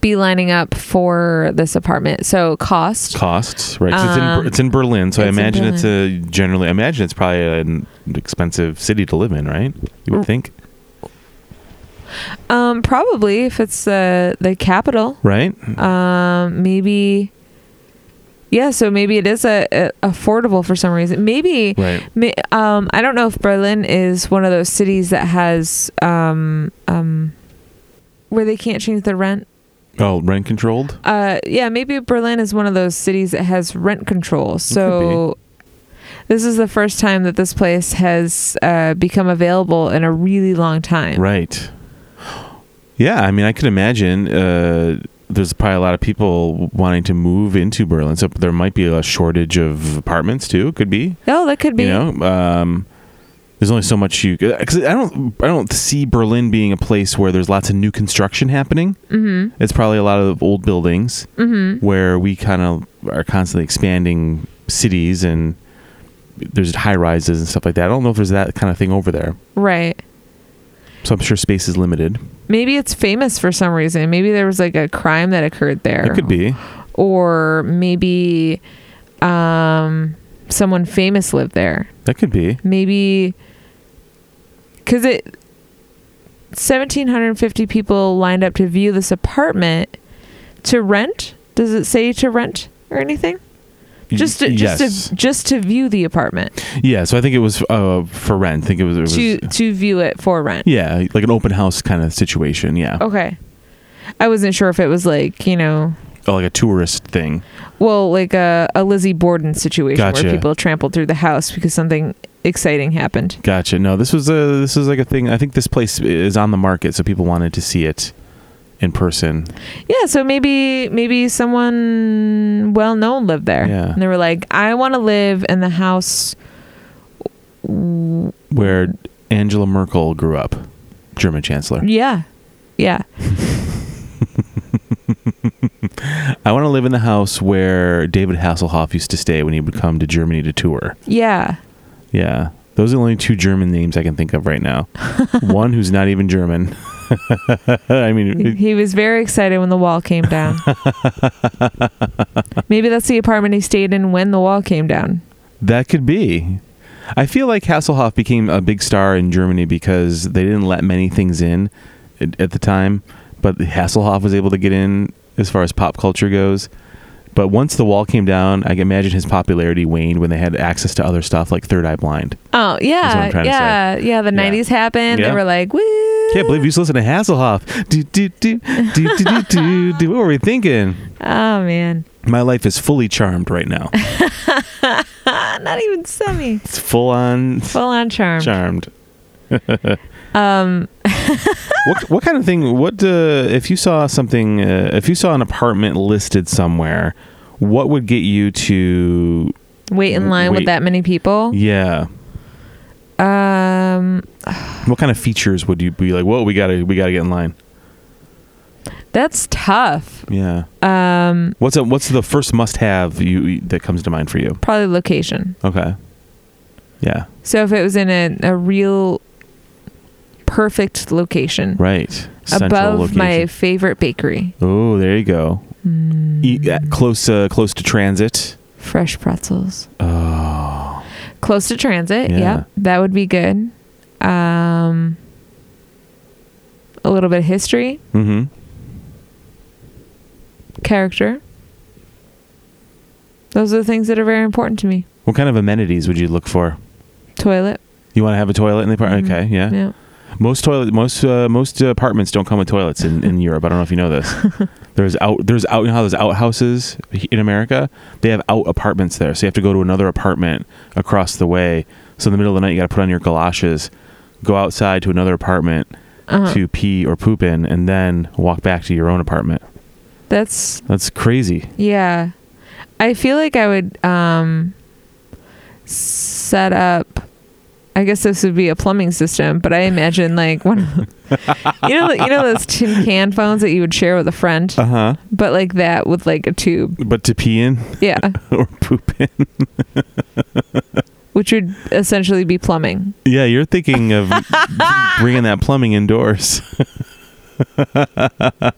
A: be lining up for this apartment? So cost.
B: costs, right? 'Cause it's, in,
A: Um,
B: it's in Berlin, so I
A: it's in
B: imagine it's a generally. I imagine it's probably an expensive city to live in, right? You would
A: Mm.
B: think,
A: Um. Probably if it's the the capital.
B: right?
A: um maybe yeah so maybe it is a, a affordable for some reason maybe
B: Right.
A: ma- um i don't know if berlin is one of those cities that has um um where they can't change the rent
B: Oh, rent controlled.
A: uh yeah maybe berlin is one of those cities that has rent control so this is the first time that this place has uh, become available in a really long time
B: Right. Yeah, I mean, I could imagine uh, there's probably a lot of people wanting to move into Berlin, so there might be a shortage of apartments too. Could be,
A: Oh, that could be.
B: you know. Um, there's only so much you because I don't I don't see Berlin being a place where there's lots of new construction happening.
A: Mm-hmm.
B: It's probably a lot of old buildings
A: Mm-hmm.
B: where we kind of are constantly expanding cities and there's high rises and stuff like that. I don't know if there's that kind of thing over there.
A: Right.
B: So I'm sure space is limited.
A: Maybe it's famous for some reason. Maybe there was like a crime that occurred there.
B: It could be.
A: Or maybe um, someone famous lived there.
B: That could be.
A: Maybe because it 1750 people lined up to view this apartment to rent. Does it say to rent or anything? Just to,
B: yes.
A: just to, just to view the apartment.
B: yeah. So I think it was uh, for rent. I think it was. It was
A: to to view it for rent.
B: yeah, like an open house kind of situation. Yeah.
A: Okay. I wasn't sure if it was like, you know,
B: Oh, like a tourist thing.
A: well, like a, a Lizzie Borden situation
B: Gotcha.
A: where people trampled through the house because something exciting happened.
B: Gotcha. No, this was a this was like a thing. I think this place is on the market, so people wanted to see it in person.
A: Yeah, so maybe maybe someone well known lived there.
B: Yeah.
A: And they were like, I want to live in the house
B: where Angela Merkel grew up, German chancellor.
A: Yeah. Yeah.
B: I want to live in the house where David Hasselhoff used to stay when he would come to Germany to tour.
A: Yeah.
B: Yeah. Those are the only two German names I can think of right now. One who's not even German. I mean,
A: He-
B: it-
A: He was very excited when the wall came down. maybe that's the apartment he stayed in when the wall came down.
B: that could be. I feel like Hasselhoff became a big star in Germany because they didn't let many things in at at the time, but Hasselhoff was able to get in as far as pop culture goes. But once the wall came down, I can imagine his popularity waned when they had access to other stuff like Third Eye Blind.
A: Oh
B: I'm
A: yeah,
B: trying to
A: yeah, yeah. The
B: Yeah.
A: nineties happened.
B: Yeah.
A: They were like, "Woo!"
B: Can't believe you used to listen to Hasselhoff. Do, do, do, do, do, do, do, do. What were we thinking?
A: Oh man,
B: My life is fully charmed right now.
A: Ah, not even semi.
B: It's full on
A: Full on charm.
B: charmed. um, what what kind of thing? What uh, if you saw something? Uh, if you saw an apartment listed somewhere, what would get you to?
A: Wait in line
B: Wait.
A: with that many people.
B: Yeah.
A: Um,
B: What kind of features would you be like? Whoa, we gotta we gotta get in line.
A: that's tough.
B: Yeah.
A: Um,
B: What's a, what's the first must have you that comes to mind for you?
A: probably location.
B: Okay. Yeah.
A: So if it was in a, a real perfect location
B: Right.
A: above my favorite bakery,
B: Oh, there you go.
A: Hmm.
B: Eat, uh, close, uh, close to transit.
A: fresh pretzels,
B: Oh,
A: close to transit.
B: Yeah.
A: Yep, that would be good. Um, a little bit of history,
B: mm-hmm.
A: character. Those are the things that are very important to me.
B: What kind of amenities would you look for?
A: Toilet.
B: You want to have a toilet in the apartment?
A: Mhm.
B: Okay, yeah.
A: Yeah.
B: Most toilet, most uh, most uh, apartments don't come with toilets in, in Europe. I don't know if you know this. there's out there's out you know how there's outhouses in America. They have out apartments there, so you have to go to another apartment across the way. So in the middle of the night, you got to put on your galoshes, go outside to another apartment
A: Uh-huh.
B: to pee or poop in, and then walk back to your own apartment.
A: That's
B: That's crazy.
A: yeah. I feel like I would um set up I guess this would be a plumbing system, but I imagine like one of You know you know those tin can phones that you would share with a friend,
B: Uh huh.
A: but like that with like a tube.
B: But to pee in
A: Yeah,
B: or poop in.
A: which would essentially be plumbing.
B: Yeah, you're thinking of bringing that plumbing indoors.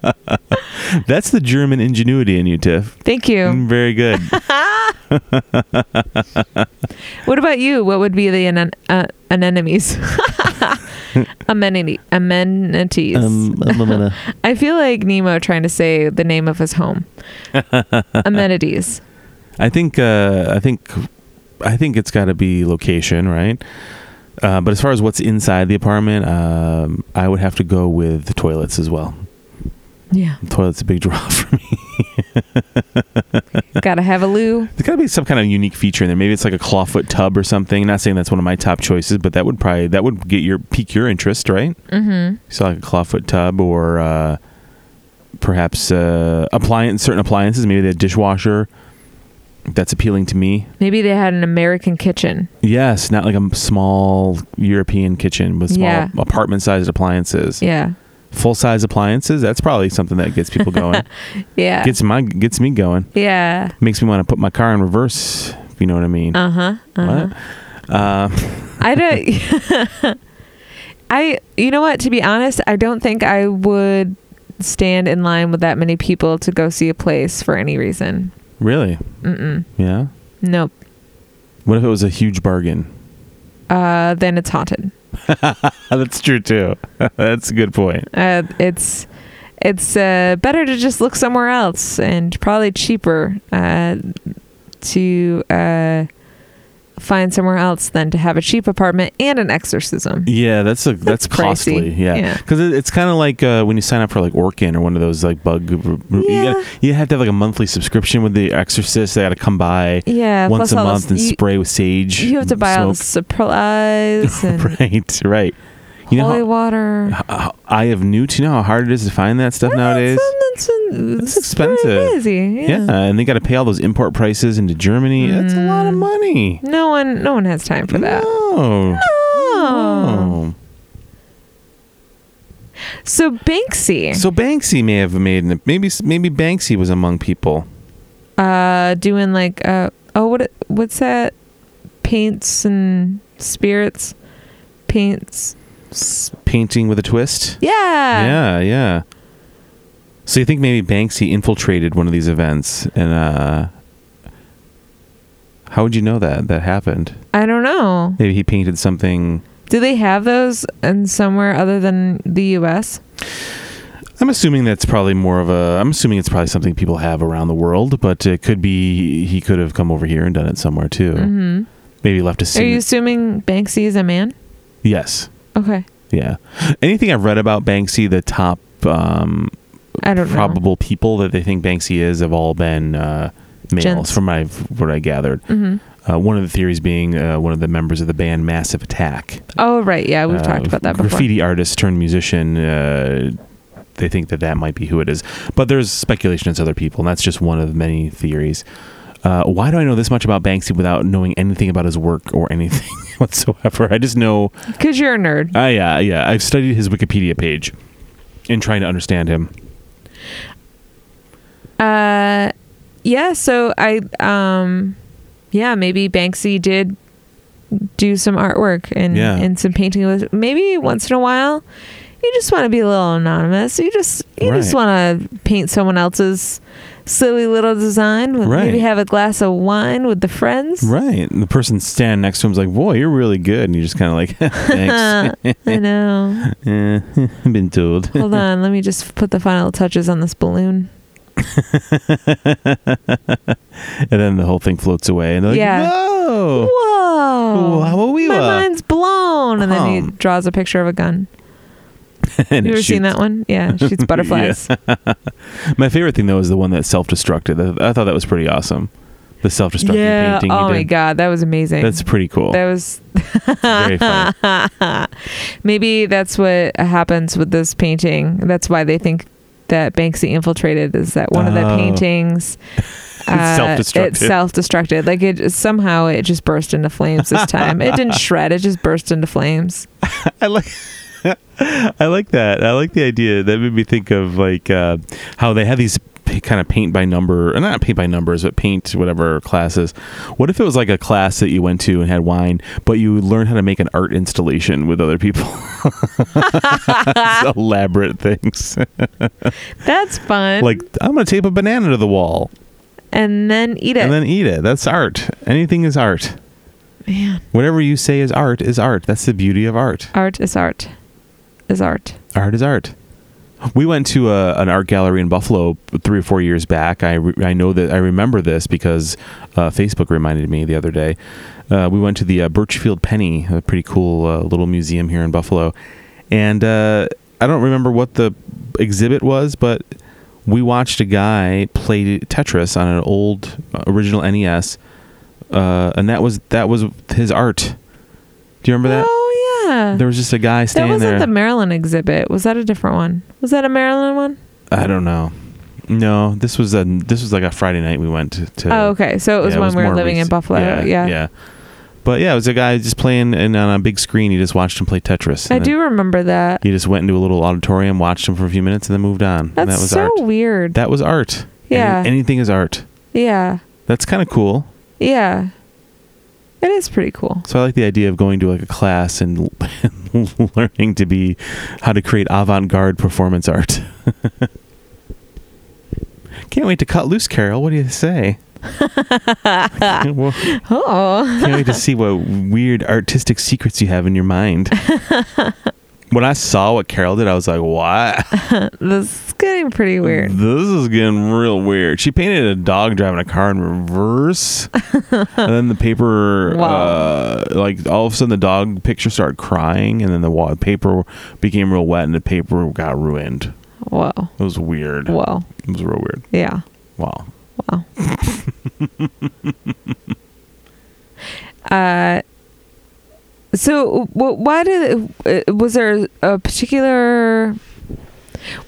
B: That's the German ingenuity in you, Tiff.
A: Thank you.
B: Mm, Very good.
A: What about you? What would be the anen- uh, anemones? Amenity. Amenities.
B: Um.
A: I feel like Nemo trying to say the name of his home. Amenities.
B: I think uh, I think I think it's got to be location, right? Uh, but as far as what's inside the apartment, um, I would have to go with the toilets as well.
A: Yeah.
B: The toilet's a big draw for me.
A: Gotta have a loo.
B: There's got to be some kind of unique feature in there. Maybe it's like a clawfoot tub or something. Not saying that's one of my top choices, but that would probably that would get your pique your interest, right?
A: Mm-hmm.
B: So like a clawfoot tub or uh, perhaps uh, appliance, certain appliances. Maybe the dishwasher. That's appealing to me.
A: Maybe they had an American kitchen.
B: Yes, not like a small European kitchen with small
A: Yeah.
B: apartment-sized appliances.
A: Yeah.
B: Full-size appliances. That's probably something that gets people going.
A: Yeah.
B: gets my gets me going.
A: yeah.
B: Makes me want to put my car in reverse. If you know what I mean.
A: Uh huh. Uh-huh.
B: What? Uh,
A: I don't. I you know what? To be honest, I don't think I would stand in line with that many people to go see a place for any reason.
B: really?
A: Mm-mm.
B: Yeah.
A: Nope.
B: What if it was a huge bargain?
A: Uh, then it's haunted.
B: That's true too. That's a good point.
A: Uh, it's it's uh, better to just look somewhere else and probably cheaper uh, to uh, find somewhere else than to have a cheap apartment and an exorcism.
B: Yeah, that's a that's,
A: pricey.
B: costly. Yeah,
A: Yeah.
B: because it, it's kind of like uh, when you sign up for like Orkin or one of those like bug. You, gotta- you have to have like a monthly subscription with the Exorcist. They got to come by
A: Yeah,
B: once a
A: all
B: month
A: this-
B: and
A: you,
B: spray with sage.
A: you have to buy all the
B: smoke.
A: supplies and
B: right, right. You know,
A: holy
B: how-
A: water.
B: h- h- I have new. Do you know how hard it is to find that stuff nowadays?
A: It's, it's,
B: It's
A: pretty
B: expensive.
A: Crazy.
B: Yeah.
A: Yeah.
B: and they got to pay all those import prices into Germany. That's a lot of money.
A: No one, no one has time Mm. for that.
B: No.
A: Oh.
B: Oh.
A: So Banksy,
B: So Banksy may have made an, maybe maybe Banksy was among people.
A: uh, doing like, uh, oh, what, what's that? Paints and spirits, paints. s-
B: Painting with a twist.
A: Yeah.
B: Yeah, yeah. So you think maybe Banksy infiltrated one of these events and uh how would you know that that happened?
A: I don't know.
B: Maybe he painted something
A: Do they have those in somewhere other than the U.S.?
B: I'm assuming that's probably more of a I'm assuming it's probably something people have around the world, but it could be he could have come over here and done it somewhere too.
A: hmm
B: Maybe left a
A: Are you
B: scene.
A: assuming Banksy is a man?
B: yes.
A: Okay.
B: Yeah. Anything I've read about Banksy, the top um,
A: I don't know.
B: probable people that they think Banksy is have all been uh, males,
A: Gents.
B: from my what I gathered.
A: hmm
B: Uh, one of the theories being uh, one of the members of the band Massive Attack.
A: Oh, right. Yeah, we've
B: Uh,
A: talked about that before.
B: Graffiti artist turned musician. Uh, they think that that might be who it is, but there's speculation it's other people, and that's just one of many theories. Uh, why do I know this much about Banksy without knowing anything about his work or anything whatsoever? I just know
A: Because you're a nerd.
B: I yeah, yeah. I've studied his Wikipedia page and trying to understand him.
A: Uh, yeah. So I, um, yeah, maybe Banksy did do some artwork and
B: Yeah.
A: and some painting with. Maybe once in a while, you just want to be a little anonymous. You just you just
B: Right.
A: want to paint someone else's silly little design. With,
B: Right.
A: Maybe have a glass of wine with the friends.
B: Right. And the person standing next to him's like, "Boy, you're really good," and you're just kind of like, "Thanks."
A: Uh, I know.
B: Eh, I've been told.
A: Hold on, let me just put the final touches on this balloon.
B: And then the whole thing floats away, and they're like,
A: Yeah.
B: "Whoa!"
A: Whoa!
B: Whoa-wee-wah.
A: My mind's blown, and then he
B: Hum.
A: draws a picture of a gun.
B: And
A: you
B: it
A: ever seen
B: shoots.
A: that one? Yeah, it shoots butterflies.
B: My favorite thing though is the one that self-destructed. I I thought that was pretty awesome. The self-destructing
A: Yeah.
B: painting. he
A: Oh my
B: did.
A: god, that was amazing.
B: That's pretty cool.
A: that was
B: Very funny.
A: maybe that's what happens with this painting. That's why they think that Banksy infiltrated is that one of the
B: Oh.
A: paintings.
B: self-destructed.
A: It self-destructed. Like it somehow it just burst into flames this time. it didn't shred. It just burst into flames.
B: I like. I like that. I like the idea. That made me think of like uh, how they had these p- kind of paint by number, or not paint by numbers, but paint whatever classes. What if it was like a class that you went to and had wine, but you learned how to make an art installation with other people? It's elaborate things
A: That's fun.
B: like I'm gonna tape a banana to the wall
A: and then eat it.
B: and then eat it. That's art. Anything is art.
A: Man,
B: Whatever you say is art is art. That's the beauty of art.
A: art is art. Is art.
B: art is art. We went to a, an art gallery in Buffalo three or four years back. I, re- I know that I remember this because uh, Facebook reminded me the other day. Uh, we went to the uh, Birchfield Penny, a pretty cool uh, little museum here in Buffalo, and uh, I don't remember what the exhibit was, but we watched a guy play Tetris on an old uh, original NES, uh, and that was that was his art. Do you remember that?
A: Oh yeah.
B: There was just a guy
A: that
B: standing
A: wasn't
B: there.
A: the Maryland exhibit. Was that a different one? Was that a Maryland one?
B: I don't know. No, this was a this was like a Friday night we went to. to
A: Oh, okay. So it was
B: Yeah,
A: when we were
B: more
A: living in
B: recent.
A: Buffalo. Yeah.
B: yeah. But yeah, it was a guy just playing, and on a big screen, you just watched him play Tetris. and
A: I
B: then
A: do remember that.
B: You just went into a little auditorium, watched him for a few minutes, and then moved on. and
A: That's
B: that was
A: so
B: art.
A: weird.
B: That was art.
A: Yeah.
B: Any- anything is art.
A: yeah.
B: That's kind of cool.
A: Yeah. It is pretty cool.
B: So I like the idea of going to like a class and learning to be how to create avant-garde performance art. Can't wait to cut loose, Carol. What do you say? Well,
A: Oh.
B: Can't wait to see what weird artistic secrets you have in your mind. when I saw what Carol did, I was like, "What?
A: This is getting pretty weird.
B: This is getting real weird." She painted a dog driving a car in reverse, and then the paper,
A: Wow.
B: uh, like all of a sudden, the dog picture started crying, and then the wa- paper became real wet, and the paper got ruined.
A: Whoa.
B: It was weird.
A: Whoa.
B: It was real weird.
A: Yeah.
B: Wow.
A: Wow. uh, so wh- why did uh, was there a particular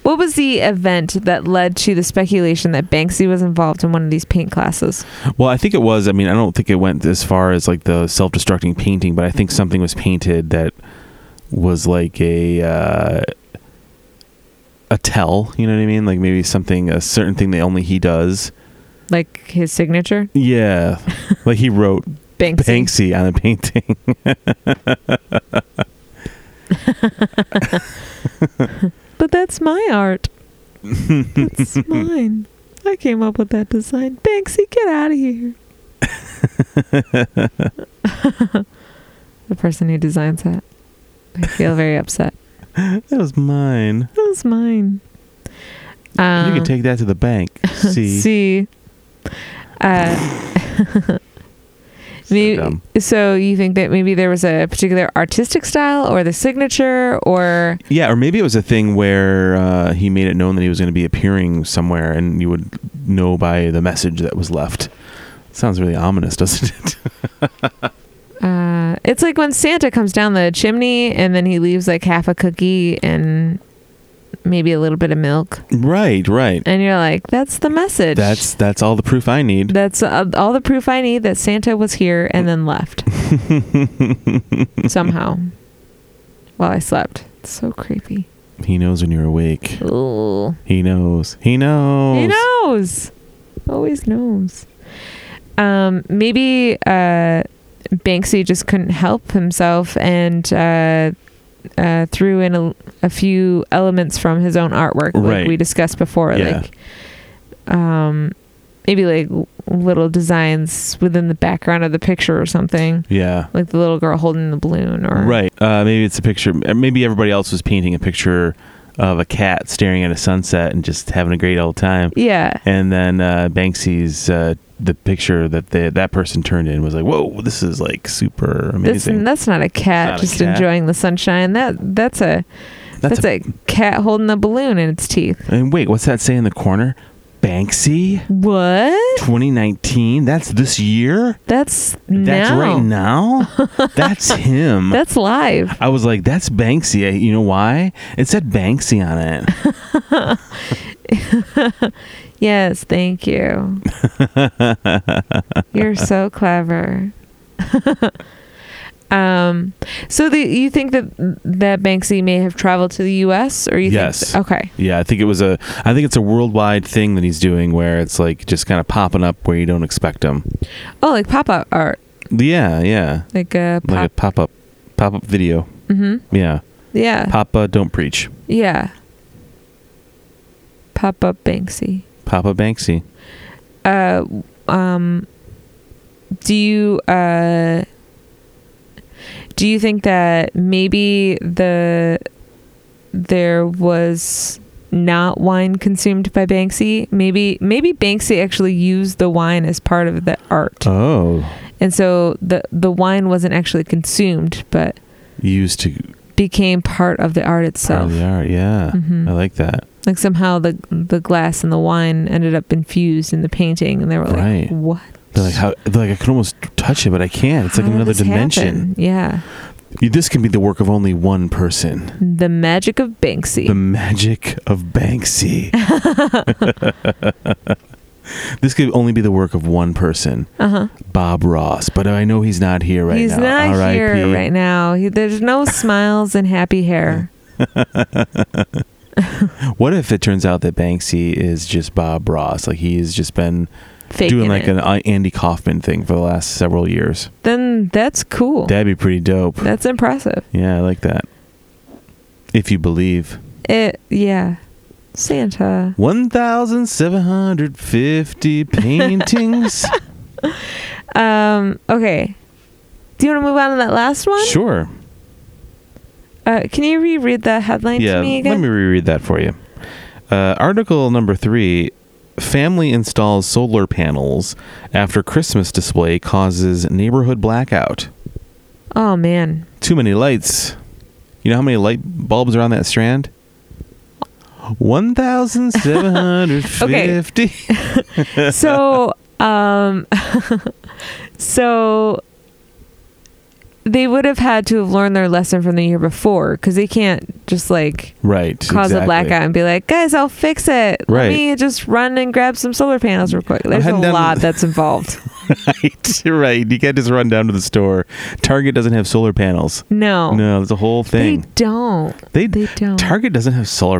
A: what was the event that led to the speculation that Banksy was involved in one of these paint classes?
B: Well, I think it was. I mean, I don't think it went as far as like the self-destructing painting, but I think something was painted that was like a uh, a tell. You know what I mean? Like maybe something, a certain thing that only he does.
A: Like his signature?
B: Yeah, like he wrote
A: Banksy.
B: Banksy on a painting.
A: But that's my art. That's mine. I came up with that design. Banksy, get out of here. the person who designs that. I feel very upset.
B: That was mine.
A: That was mine. Um,
B: you can take that to the bank. See,
A: see. Uh,
B: So
A: may-
B: dumb.
A: so you think that maybe there was a particular artistic style or the signature or
B: yeah, or maybe it was a thing where uh, he made it known that he was going to be appearing somewhere, and you would know by the message that was left. Sounds really ominous, doesn't it?
A: Uh, it's like when Santa comes down the chimney and then he leaves like half a cookie and maybe a little bit of milk,
B: Right, right.
A: and you're like, "That's the message.
B: That's that's all the proof I need.
A: that's uh, all the proof I need that Santa was here and then left somehow while I slept." It's so creepy.
B: He knows when you're awake.
A: Ooh.
B: He knows. He knows.
A: He knows. Always knows. Um, maybe uh, Banksy just couldn't help himself and uh, uh, threw in a, a few elements from his own artwork, like
B: Right.
A: we discussed before.
B: Yeah.
A: Like, um, maybe like l- little designs within the background of the picture or something,
B: Yeah.
A: like the little girl holding the balloon, or
B: Right. Uh, maybe it's a picture. uh, Maybe everybody else was painting a picture of a cat staring at a sunset and just having a great old time.
A: Yeah.
B: And then uh, Banksy's uh, the picture that the, that person turned in was like, "Whoa, this is like super
A: That's,
B: amazing."
A: that's not a cat
B: Not a
A: just
B: cat.
A: enjoying the sunshine. That that's a That's,
B: a-
A: a, cat holding a balloon in its teeth.
B: and wait, what's that say in the corner? Banksy,
A: What?
B: 2019. That's this year.
A: That's
B: That's um,
A: now.
B: right now. That's him.
A: That's live.
B: I was like, "That's Banksy." I- You know why? It said Banksy on it.
A: Yes, thank you. You're so clever. um, so the, you think that that Banksy may have traveled to the U.S. or you?
B: Yes.
A: Think, okay.
B: yeah, I think it was a. I think it's a worldwide thing that he's doing, where it's like just kind of popping up where you don't expect him.
A: Oh, like pop up art,
B: Yeah, yeah,
A: like a pop. Uh.
B: like a pop up, pop up video.
A: hmm
B: Yeah,
A: Yeah.
B: Papa, don't preach.
A: Yeah. Pop up Banksy.
B: Papa Banksy.
A: uh, um, do you uh, do you think that maybe the there was not wine consumed by Banksy? Maybe maybe Banksy actually used the wine as part of the art,
B: Oh,
A: and so the the wine wasn't actually consumed, but
B: used to
A: became part of the art
B: part
A: itself.
B: of the art. Oh, Yeah,
A: Mhm.
B: I like that.
A: Like somehow the the glass and the wine ended up infused in the painting, and they were like,
B: Right.
A: "What?"
B: They're like how they're like I can almost touch it, but I can't. It's like
A: How did
B: another
A: this
B: dimension.
A: happen? Yeah,
B: You- This can be the work of only one person.
A: the magic of Banksy.
B: The magic of Banksy. this could only be the work of one person,
A: uh huh.
B: Bob Ross. But I know he's not here right
A: He's
B: now.
A: not
B: R.I.P..
A: here right now. He, there's no smiles and happy hair.
B: What if it turns out that Banksy is just Bob Ross? Like he's just been
A: Faking
B: doing like
A: it.
B: an uh, Andy Kaufman thing for the last several years.
A: then that's cool.
B: That'd be pretty dope.
A: that's impressive.
B: yeah, I like that. If you believe.
A: It yeah, Santa.
B: 1,750 paintings.
A: Um. Okay. Do you want to move on to that last one?
B: sure.
A: Uh, can you reread the headline
B: yeah,
A: to me again?
B: let me reread that for you. Uh, article number three: Family installs solar panels after Christmas display causes neighborhood blackout.
A: oh man,
B: Too many lights. You know how many light bulbs are on that strand? One thousand seven hundred fifty.
A: so um so they would have had to have learned their lesson from the year before because they can't just like
B: Right.
A: cause
B: exactly.
A: a blackout and be like guys i'll fix it
B: Right.
A: let me just run and grab some solar panels real quick there's a
B: hadn't done-
A: lot that's involved
B: Right. Right. You can't just run down to the store. Target doesn't have solar panels.
A: no
B: No, it's a whole
A: they
B: thing.
A: don't
B: They,
A: They don't.
B: Target doesn't have solar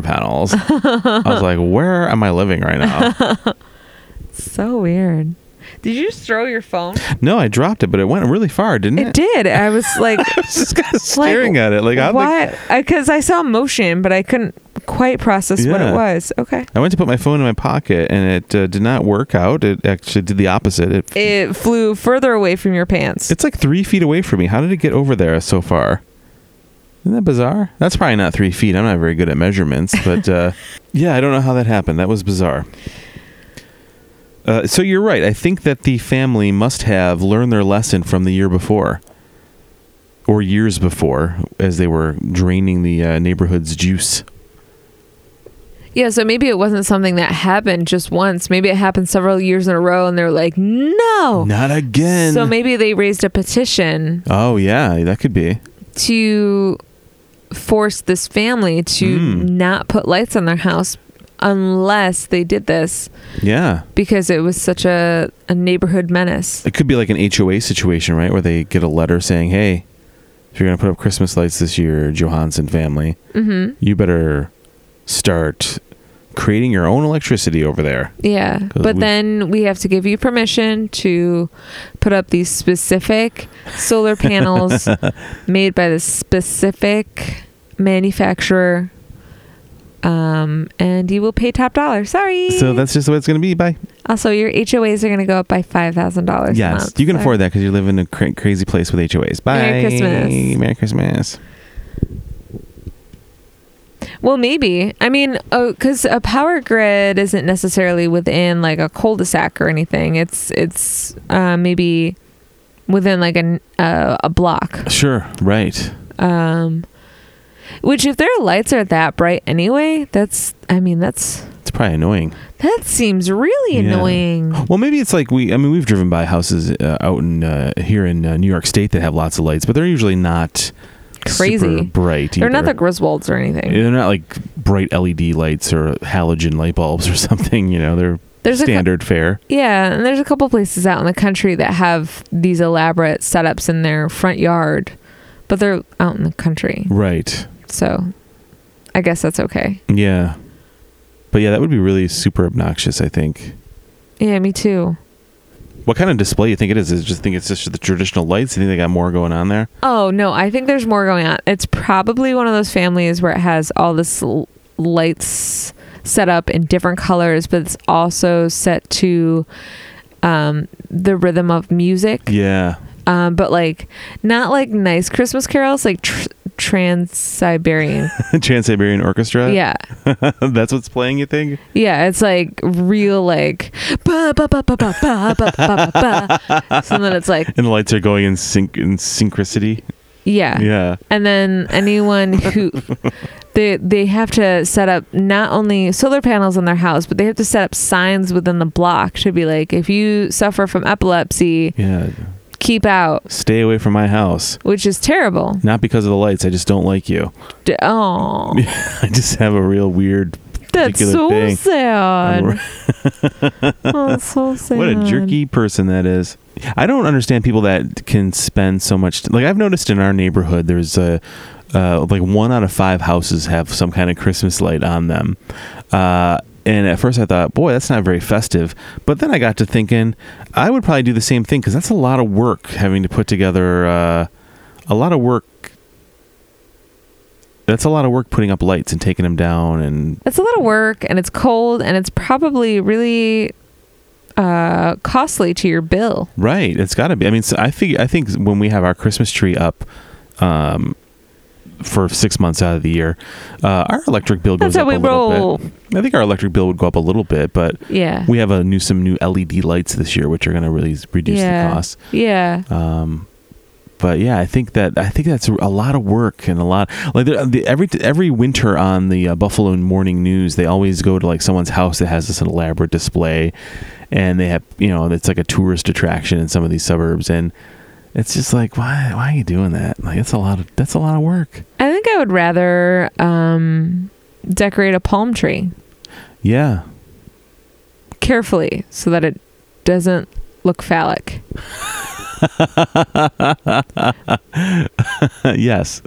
B: panels. I was like, where am I living right now?
A: so weird did you just throw your phone
B: no, I dropped it, but it went really far, didn't it?
A: it did i was like
B: I was just kind of staring at it. Like, I'm like-
A: why because i saw motion but i couldn't quite process what
B: Yeah.
A: it was okay
B: I went to put my phone in my pocket, and it uh, did not work out. It actually did the opposite. It,
A: it flew further away from your pants.
B: it's like three feet away from me. How did it get over there so far? Isn't that bizarre? That's probably not three feet. I'm not very good at measurements, but uh, yeah, I don't know how that happened. That was bizarre. Uh, so you're right. I think that the family must have learned their lesson from the year before, or years before, as they were draining the uh, neighborhood's juice.
A: yeah, so maybe it wasn't something that happened just once. Maybe it happened several years in a row and they're like, no.
B: Not again.
A: Oh. So maybe they raised a petition
B: oh yeah, that could be.
A: to force this family to
B: Mm.
A: not put lights on their house unless they did this
B: Yeah.
A: because it was such a, a neighborhood menace.
B: It could be like an HOA situation, right? Where they get a letter saying, hey, if you're going to put up Christmas lights this year, Johansson family,
A: hmm
B: you better start creating your own electricity over there.
A: Yeah.
B: 'Cause
A: But
B: we-
A: then we have to give you permission to put up these specific solar panels made by the specific manufacturer. Um, and you will pay top dollar. Sorry.
B: So that's just the way it's going to be. Bye.
A: also your HOAs are going to go up by five thousand dollars.
B: yes. You can afford that because you live in a cra- crazy place with HOAs. Bye.
A: Merry Christmas.
B: Merry Christmas.
A: Well, maybe. I mean, because a power grid isn't necessarily within like a cul-de-sac or anything. It's it's uh, maybe within like an uh, a block.
B: Sure. Right.
A: Um, which if their lights are that bright anyway, that's I mean that's
B: It's probably annoying.
A: that seems really
B: Yeah. Oh,
A: annoying.
B: Well, maybe it's like we, I mean, we've driven by houses uh, out in, uh, here in uh, New York State that have lots of lights, but they're usually not
A: Crazy.
B: super bright.
A: They're not
B: either.
A: the Griswolds or anything.
B: They're not like bright LED lights or halogen light bulbs or something. You know, they're
A: There's a cou-
B: standard fare.
A: yeah, and there's a couple places out in the country that have these elaborate setups in their front yard, but they're out in the country,
B: Right.
A: so I guess that's okay.
B: Yeah. But yeah, that would be really super obnoxious. I think.
A: Yeah, me too.
B: What kind of display you think it is? Is it just think it's just the traditional lights? You think they got more going on there?
A: Oh no, I think there's more going on. It's probably one of those families where it has all this l- lights set up in different colors, but it's also set to um, the rhythm of music.
B: Yeah.
A: Um, but like not like nice Christmas carols, like tr- Trans Siberian.
B: Trans Siberian Orchestra.
A: yeah,
B: That's what's playing. You think?
A: yeah. It's like real like ba ba ba ba ba ba ba ba ba. ba. So then it's like
B: And the lights are going in sync in synchricity.
A: yeah.
B: Yeah.
A: And then anyone who they they have to set up not only solar panels in their house, but they have to set up signs within the block to be like, if you suffer from epilepsy,
B: Yeah.
A: keep out,
B: Stay away from my house.
A: which is terrible.
B: Not because of the lights. I just don't like you.
A: D- oh,
B: I just have a real weird.
A: that's
B: particular
A: so
B: thing.
A: sad. oh, that's so sad.
B: What a jerky person that is. I don't understand people that can spend so much. Like I've noticed in our neighborhood, there's a uh, like one out of five houses have some kind of Christmas light on them. Uh, and at first I thought, boy, that's not very festive. But then I got to thinking, I would probably do the same thing because that's a lot of work having to put together uh, a lot of work. That's a lot of work putting up lights and taking them down and
A: It's a lot of work, and it's cold, and it's probably really uh, costly to your bill.
B: Right. It's got to be. I mean, so I figure, I think when we have our Christmas tree up, um, for six months out of the year, uh, our electric bill goes
A: That's how
B: up
A: we
B: a little
A: roll.
B: bit. I think our electric bill would go up a little bit, but
A: Yeah.
B: we have a new some new LED lights this year, which are going to really reduce
A: yeah.
B: the cost.
A: Yeah.
B: Um, but yeah, I think that I think that's a lot of work and a lot like the, the, every every winter on the uh, Buffalo Morning News, they always go to like someone's house that has this elaborate display, and they have you know it's like a tourist attraction in some of these suburbs, and it's just like why why are you doing that? Like that's a lot of that's a lot of work.
A: I think I would rather um, decorate a palm tree
B: Yeah,
A: carefully so that it doesn't look phallic.
B: yes,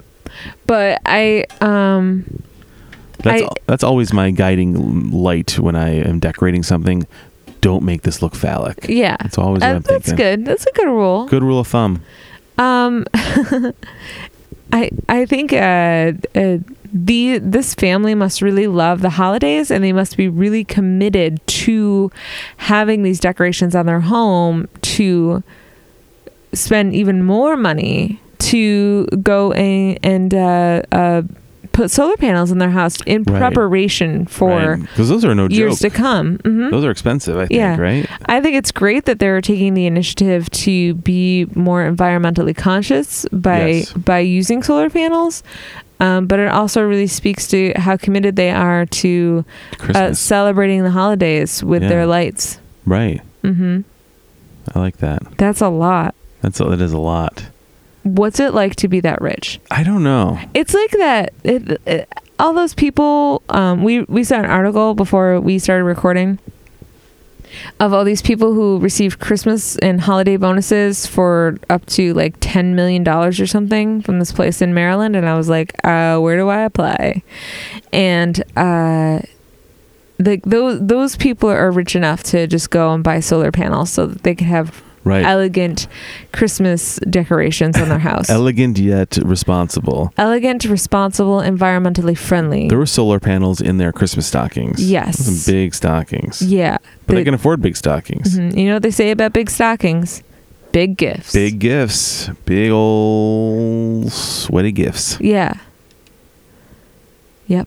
A: But I, um,
B: that's
A: I-
B: al- that's always my guiding light when I am decorating something. Don't make this look phallic.
A: yeah,
B: That's always what
A: Uh,
B: I'm
A: that's
B: thinking.
A: good. That's a good rule.
B: Good rule of thumb.
A: Um, I I think uh, uh, the this family must really love the holidays, and they must be really committed to having these decorations on their home to spend even more money to go and and uh, uh, put solar panels in their house in
B: Right.
A: preparation for
B: because those are no
A: years
B: joke.
A: to come. hmm
B: Those are expensive, I think,
A: Yeah.
B: right?
A: I think it's great that they're taking the initiative to be more environmentally conscious by
B: Yes.
A: by using solar panels. Um, but it also really speaks to how committed they are to uh,
B: Christmas,
A: celebrating the holidays with
B: Yeah.
A: their lights.
B: right?
A: hmm
B: I like that.
A: That's a lot.
B: That's that is a lot.
A: What's it like to be that rich?
B: I don't know.
A: It's like that. It, it, all those people. Um, we we saw an article before we started recording of all these people who received Christmas and holiday bonuses for up to like ten million dollars or something from this place in Maryland, and I was like, uh, where do I apply? And uh, like those those people are rich enough to just go and buy solar panels so that they could have
B: Right?
A: elegant Christmas decorations on their house
B: Elegant yet responsible.
A: elegant, responsible, environmentally friendly.
B: There were solar panels in their Christmas stockings.
A: Yes.
B: some big stockings.
A: yeah.
B: but they,
A: they-
B: can afford big stockings.
A: Mhm. You know what they say about big stockings? Big gifts.
B: Big gifts. Big old sweaty gifts.
A: Yeah. Yep.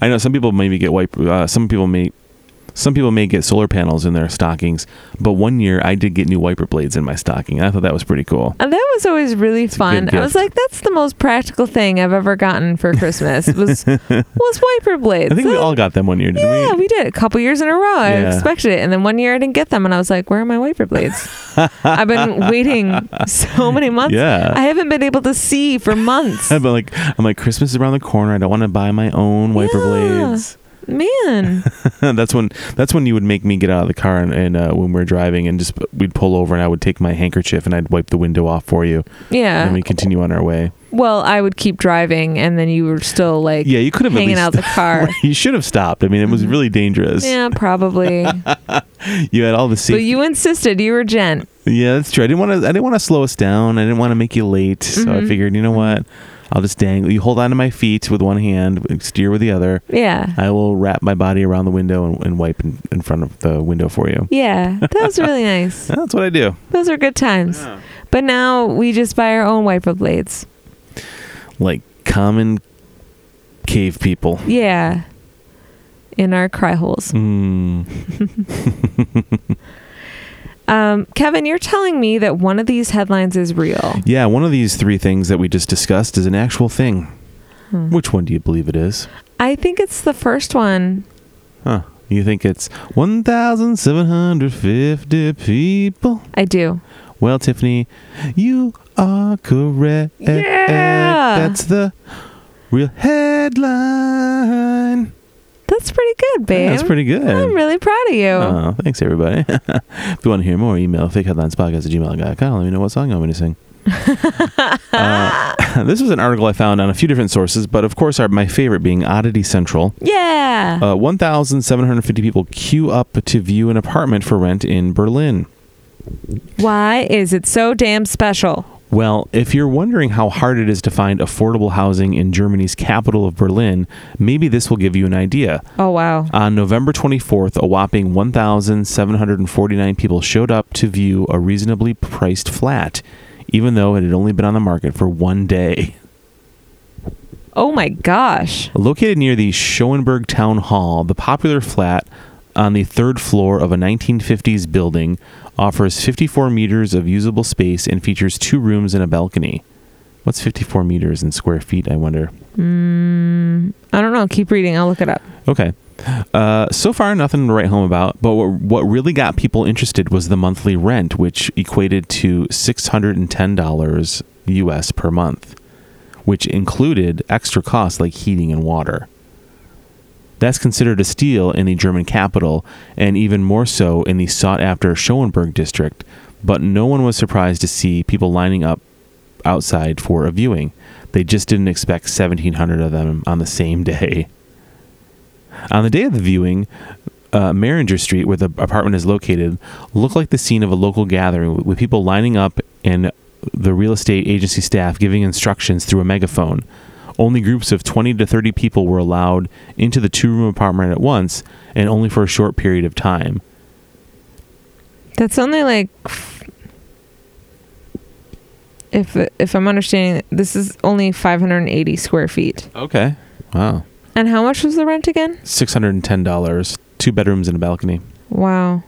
B: I know some people maybe get wipe. Uh, some people may. Some people may get solar panels in their stockings, but one year I did get new wiper blades in my stocking. I thought that was pretty cool.
A: And that was always really
B: a
A: fun.
B: good
A: I was
B: gift.
A: like, that's the most practical thing I've ever gotten for Christmas was was wiper blades.
B: I think we all got them one year, didn't
A: yeah, we did it a couple years in a row. I
B: Yeah.
A: expected it. And then one year I didn't get them. And I was like, where are my wiper blades? I've been waiting so many months.
B: Yeah.
A: I haven't been able to see for months.
B: I'm like, I'm like, Christmas is around the corner. I don't want to buy my own wiper
A: Yeah.
B: blades.
A: Man.
B: that's when that's when you would make me get out of the car and, and uh, when we're driving and just we'd pull over and I would take my handkerchief and I'd wipe the window off for you
A: Yeah.
B: and we continue on our way.
A: Well, I would keep driving, and then you were still like
B: Yeah, you could have at
A: hanging
B: least
A: out the car.
B: you should have stopped. I mean, it was
A: Mhm.
B: really dangerous.
A: yeah, probably.
B: You had all the
A: but
B: safety.
A: you insisted. You were gent.
B: yeah, that's true. I didn't want to. I didn't want to slow us down. I didn't want to make you late. So I
A: Mhm.
B: figured, you know what? I'll just dangle. You hold on to my feet with one hand, steer with the other.
A: Yeah.
B: I will wrap my body around the window and, and wipe in, in front of the window for you.
A: Yeah. That was really nice.
B: That's what I do.
A: Those were good times. But now we just buy our own wiper blades.
B: Like common cave people.
A: Yeah.
B: Hmm.
A: In our cry holes.
B: Mm.
A: Um, Kevin, you're telling me that one of these headlines is real.
B: Yeah, one of these three things that we just discussed is an actual thing. Which one do you believe it is?
A: Hmm. I think it's the first one.
B: Huh. You think it's 1,750 people?
A: I do.
B: Well, Tiffany, you are correct.
A: Yeah!
B: That's the real headline.
A: That's pretty good, babe.
B: Yeah, that's pretty good.
A: I'm really proud of you.
B: Oh, thanks, everybody. if you want to hear more, email fakeheadlinespodcast at gmail.com. Let me know what song I'm going to sing. uh, this was an article I found on a few different sources, but of course, our, my favorite being Oddity Central.
A: yeah.
B: Uh, 1,750 people queue up to view an apartment for rent in Berlin.
A: Why is it so damn special?
B: Well, if you're wondering how hard it is to find affordable housing in Germany's capital of Berlin, maybe this will give you an idea.
A: Oh wow.
B: On November 24th, a whopping 1,749 people showed up to view a reasonably priced flat, even though it had only been on the market for one day.
A: Oh my gosh.
B: Located near the Schoenberg Town Hall, the popular flat on the third floor of a 1950s building offers 54 meters of usable space and features two rooms and a balcony. What's 54 meters in square feet, I wonder?
A: I don't know. Keep reading. I'll look it up.
B: Okay. Uh, so far, nothing to write home about, but what, what really got people interested was the monthly rent, which equated to $610 US per month, which included extra costs like heating and water. That's considered a steal in the German capital, and even more so in the sought after Schoenberg district, but no one was surprised to see people lining up outside for a viewing. They just didn't expect 1,700 of them on the same day. On the day of the viewing, uh, Maringer Street, where the apartment is located, looked like the scene of a local gathering with people lining up and the real estate agency staff giving instructions through a megaphone. Only groups of 20 to 30 people were allowed into the two room apartment at once and only for a short period of time.
A: That's only like if if I'm understanding, this is only 580 square feet.
B: Okay. Wow.
A: And how much was the rent again?
B: $610. Two bedrooms and a balcony.
A: Wow.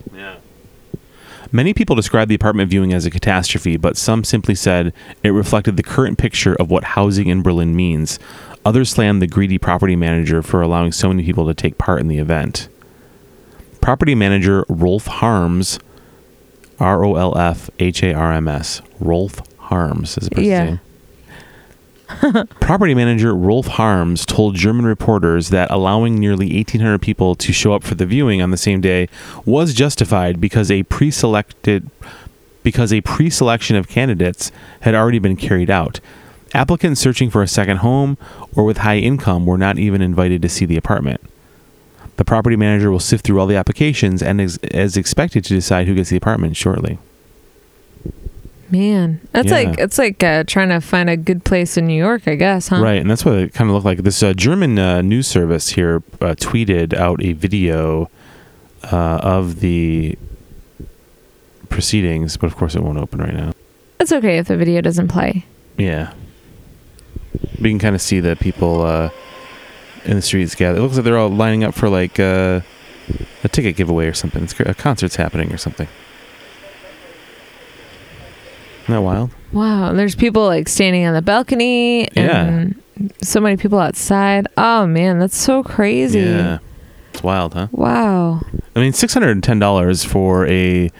B: Many people described the apartment viewing as a catastrophe, but some simply said it reflected the current picture of what housing in Berlin means. Others slammed the greedy property manager for allowing so many people to take part in the event. Property manager Rolf Harms, R O L F H A R M S, Rolf Harms is the person's
A: Yeah.
B: name. Property manager Rolf Harms told German reporters that allowing nearly 1,800 people to show up for the viewing on the same day was justified because a pre-selected because a pre-selection of candidates had already been carried out. Applicants searching for a second home or with high income were not even invited to see the apartment. The property manager will sift through all the applications and is, is expected to decide who gets the apartment shortly.
A: Man, that's
B: Yeah.
A: like it's like uh, trying to find a good place in New York, I guess, huh?
B: Right, and that's what it kind of looked like. This uh, German uh, news service here uh, tweeted out a video uh, of the proceedings, but of course it won't open right now.
A: It's okay if the video doesn't play.
B: Yeah, we can kind of see the people uh, in the streets gather. It looks like they're all lining up for like uh, a ticket giveaway or something. It's, cr- a concert's happening or something. Isn't that wild?
A: Wow, there's people like standing on the balcony and so many people outside. Oh man, that's so crazy.
B: Yeah, it's wild, huh?
A: Wow.
B: I mean, six hundred and ten dollars for a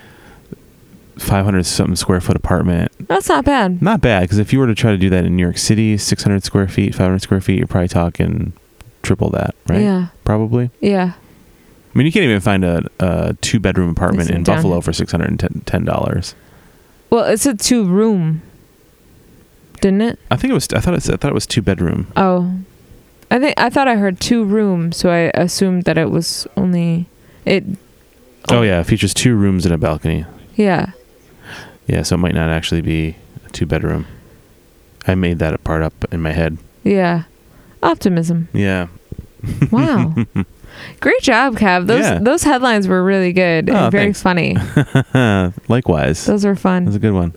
B: five hundred something square foot apartment.
A: That's not bad.
B: Not bad, because if you were to try to do that in New York City, six hundred square feet, five hundred square feet, you're probably talking triple that, right?
A: Yeah.
B: Probably.
A: Yeah.
B: I mean, you can't even find a, a two bedroom apartment
A: It's
B: in
A: down
B: Buffalo
A: here.
B: for six hundred and ten dollars.
A: Well, it's a two room. Didn't it?
B: I think it was. I thought it. Was, I thought it was two bedroom.
A: Oh. I think I thought I heard two room, so I assumed that it was only it
B: Oh yeah, it features two rooms and a balcony.
A: yeah.
B: Yeah, so it might not actually be a two bedroom. I made that part up in my head.
A: Yeah. Optimism.
B: Yeah.
A: Wow. Great job, Cav. Those
B: Yeah.
A: those headlines were really good
B: Oh,
A: and very
B: thanks.
A: funny.
B: Likewise.
A: Those were fun.
B: That's a good one.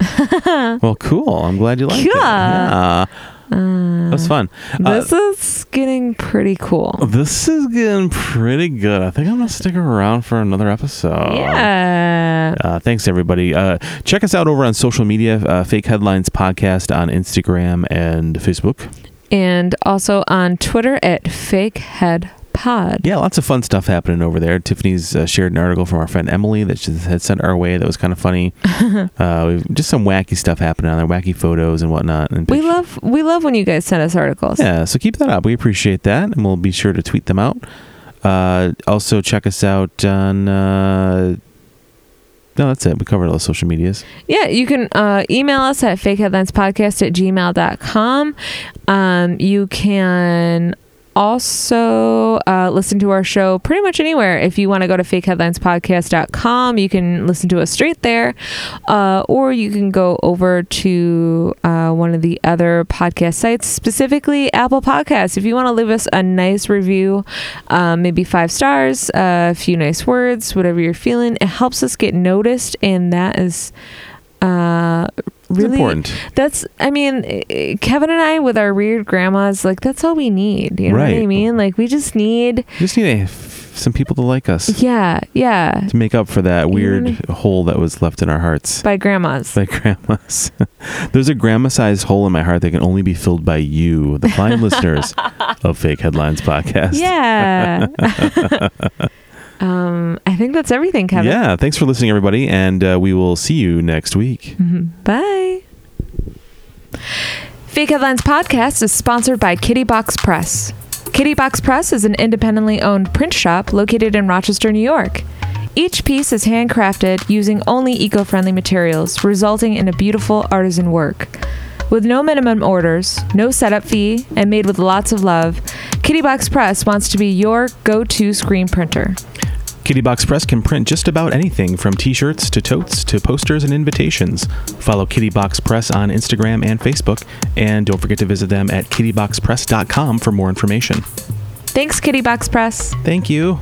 B: well, cool. I'm glad you liked it.
A: Yeah.
B: Yeah.
A: Uh,
B: That was fun. Uh,
A: This is getting pretty cool.
B: This is getting pretty good. I think I'm gonna stick around for another episode.
A: yeah.
B: Uh, thanks everybody. Uh, check us out over on social media. Uh, Fake Headlines Podcast on Instagram and Facebook.
A: And also on Twitter at Fakehead Pod.
B: Yeah, lots of fun stuff happening over there. Tiffany's uh, shared an article from our friend Emily that she had sent our way that was kind of funny. uh, we've, just some wacky stuff happening on there, wacky photos and whatnot. And
A: We
B: pictures.
A: love we love when you guys send us articles.
B: Yeah, so keep that up. We appreciate that, and we'll be sure to tweet them out. Uh, also, check us out on. Uh, no, that's it. We covered all the social medias.
A: Yeah, you can uh, email us at fakeheadlinespodcast at gmail.com. Um, you can also uh, listen to our show pretty much anywhere. If you want to go to fakeheadlinespodcast.com, you can listen to us straight there, uh, or you can go over to uh, one of the other podcast sites, specifically Apple Podcasts. If you want to leave us a nice review, um, maybe five stars, uh, a few nice words, whatever you're feeling, it helps us get noticed, and that is uh,
B: It's
A: really
B: important.
A: that's, I mean, eh, Kevin and I with our weird grandmas, like, that's all we need. You know what I
B: Right.
A: mean? Like, we just need,
B: We just need a, some people to like us
A: yeah, yeah,
B: to make up for that weird hole that was left in our hearts
A: by grandmas.
B: by grandmas. There's a grandma-sized hole in my heart that can only be filled by you, the fine listeners of Fake Headlines Podcast.
A: yeah. um, I think that's everything, Kevin.
B: Yeah. Thanks for listening, everybody, and uh, we will see you next week.
A: Mhm. Bye. Fake Headlines Podcast is sponsored by Kitty Box Press. Kitty Box Press is an independently owned print shop located in Rochester, New York. Each piece is handcrafted using only eco friendly materials, resulting in a beautiful artisan work. With no minimum orders, no setup fee, and made with lots of love, Kitty Box Press wants to be your go to screen printer.
B: Kitty Box Press can print just about anything from t shirts to totes to posters and invitations. Follow Kitty Box Press on Instagram and Facebook, and don't forget to visit them at kittyboxpress.com for more information.
A: Thanks, Kitty Box Press.
B: Thank you.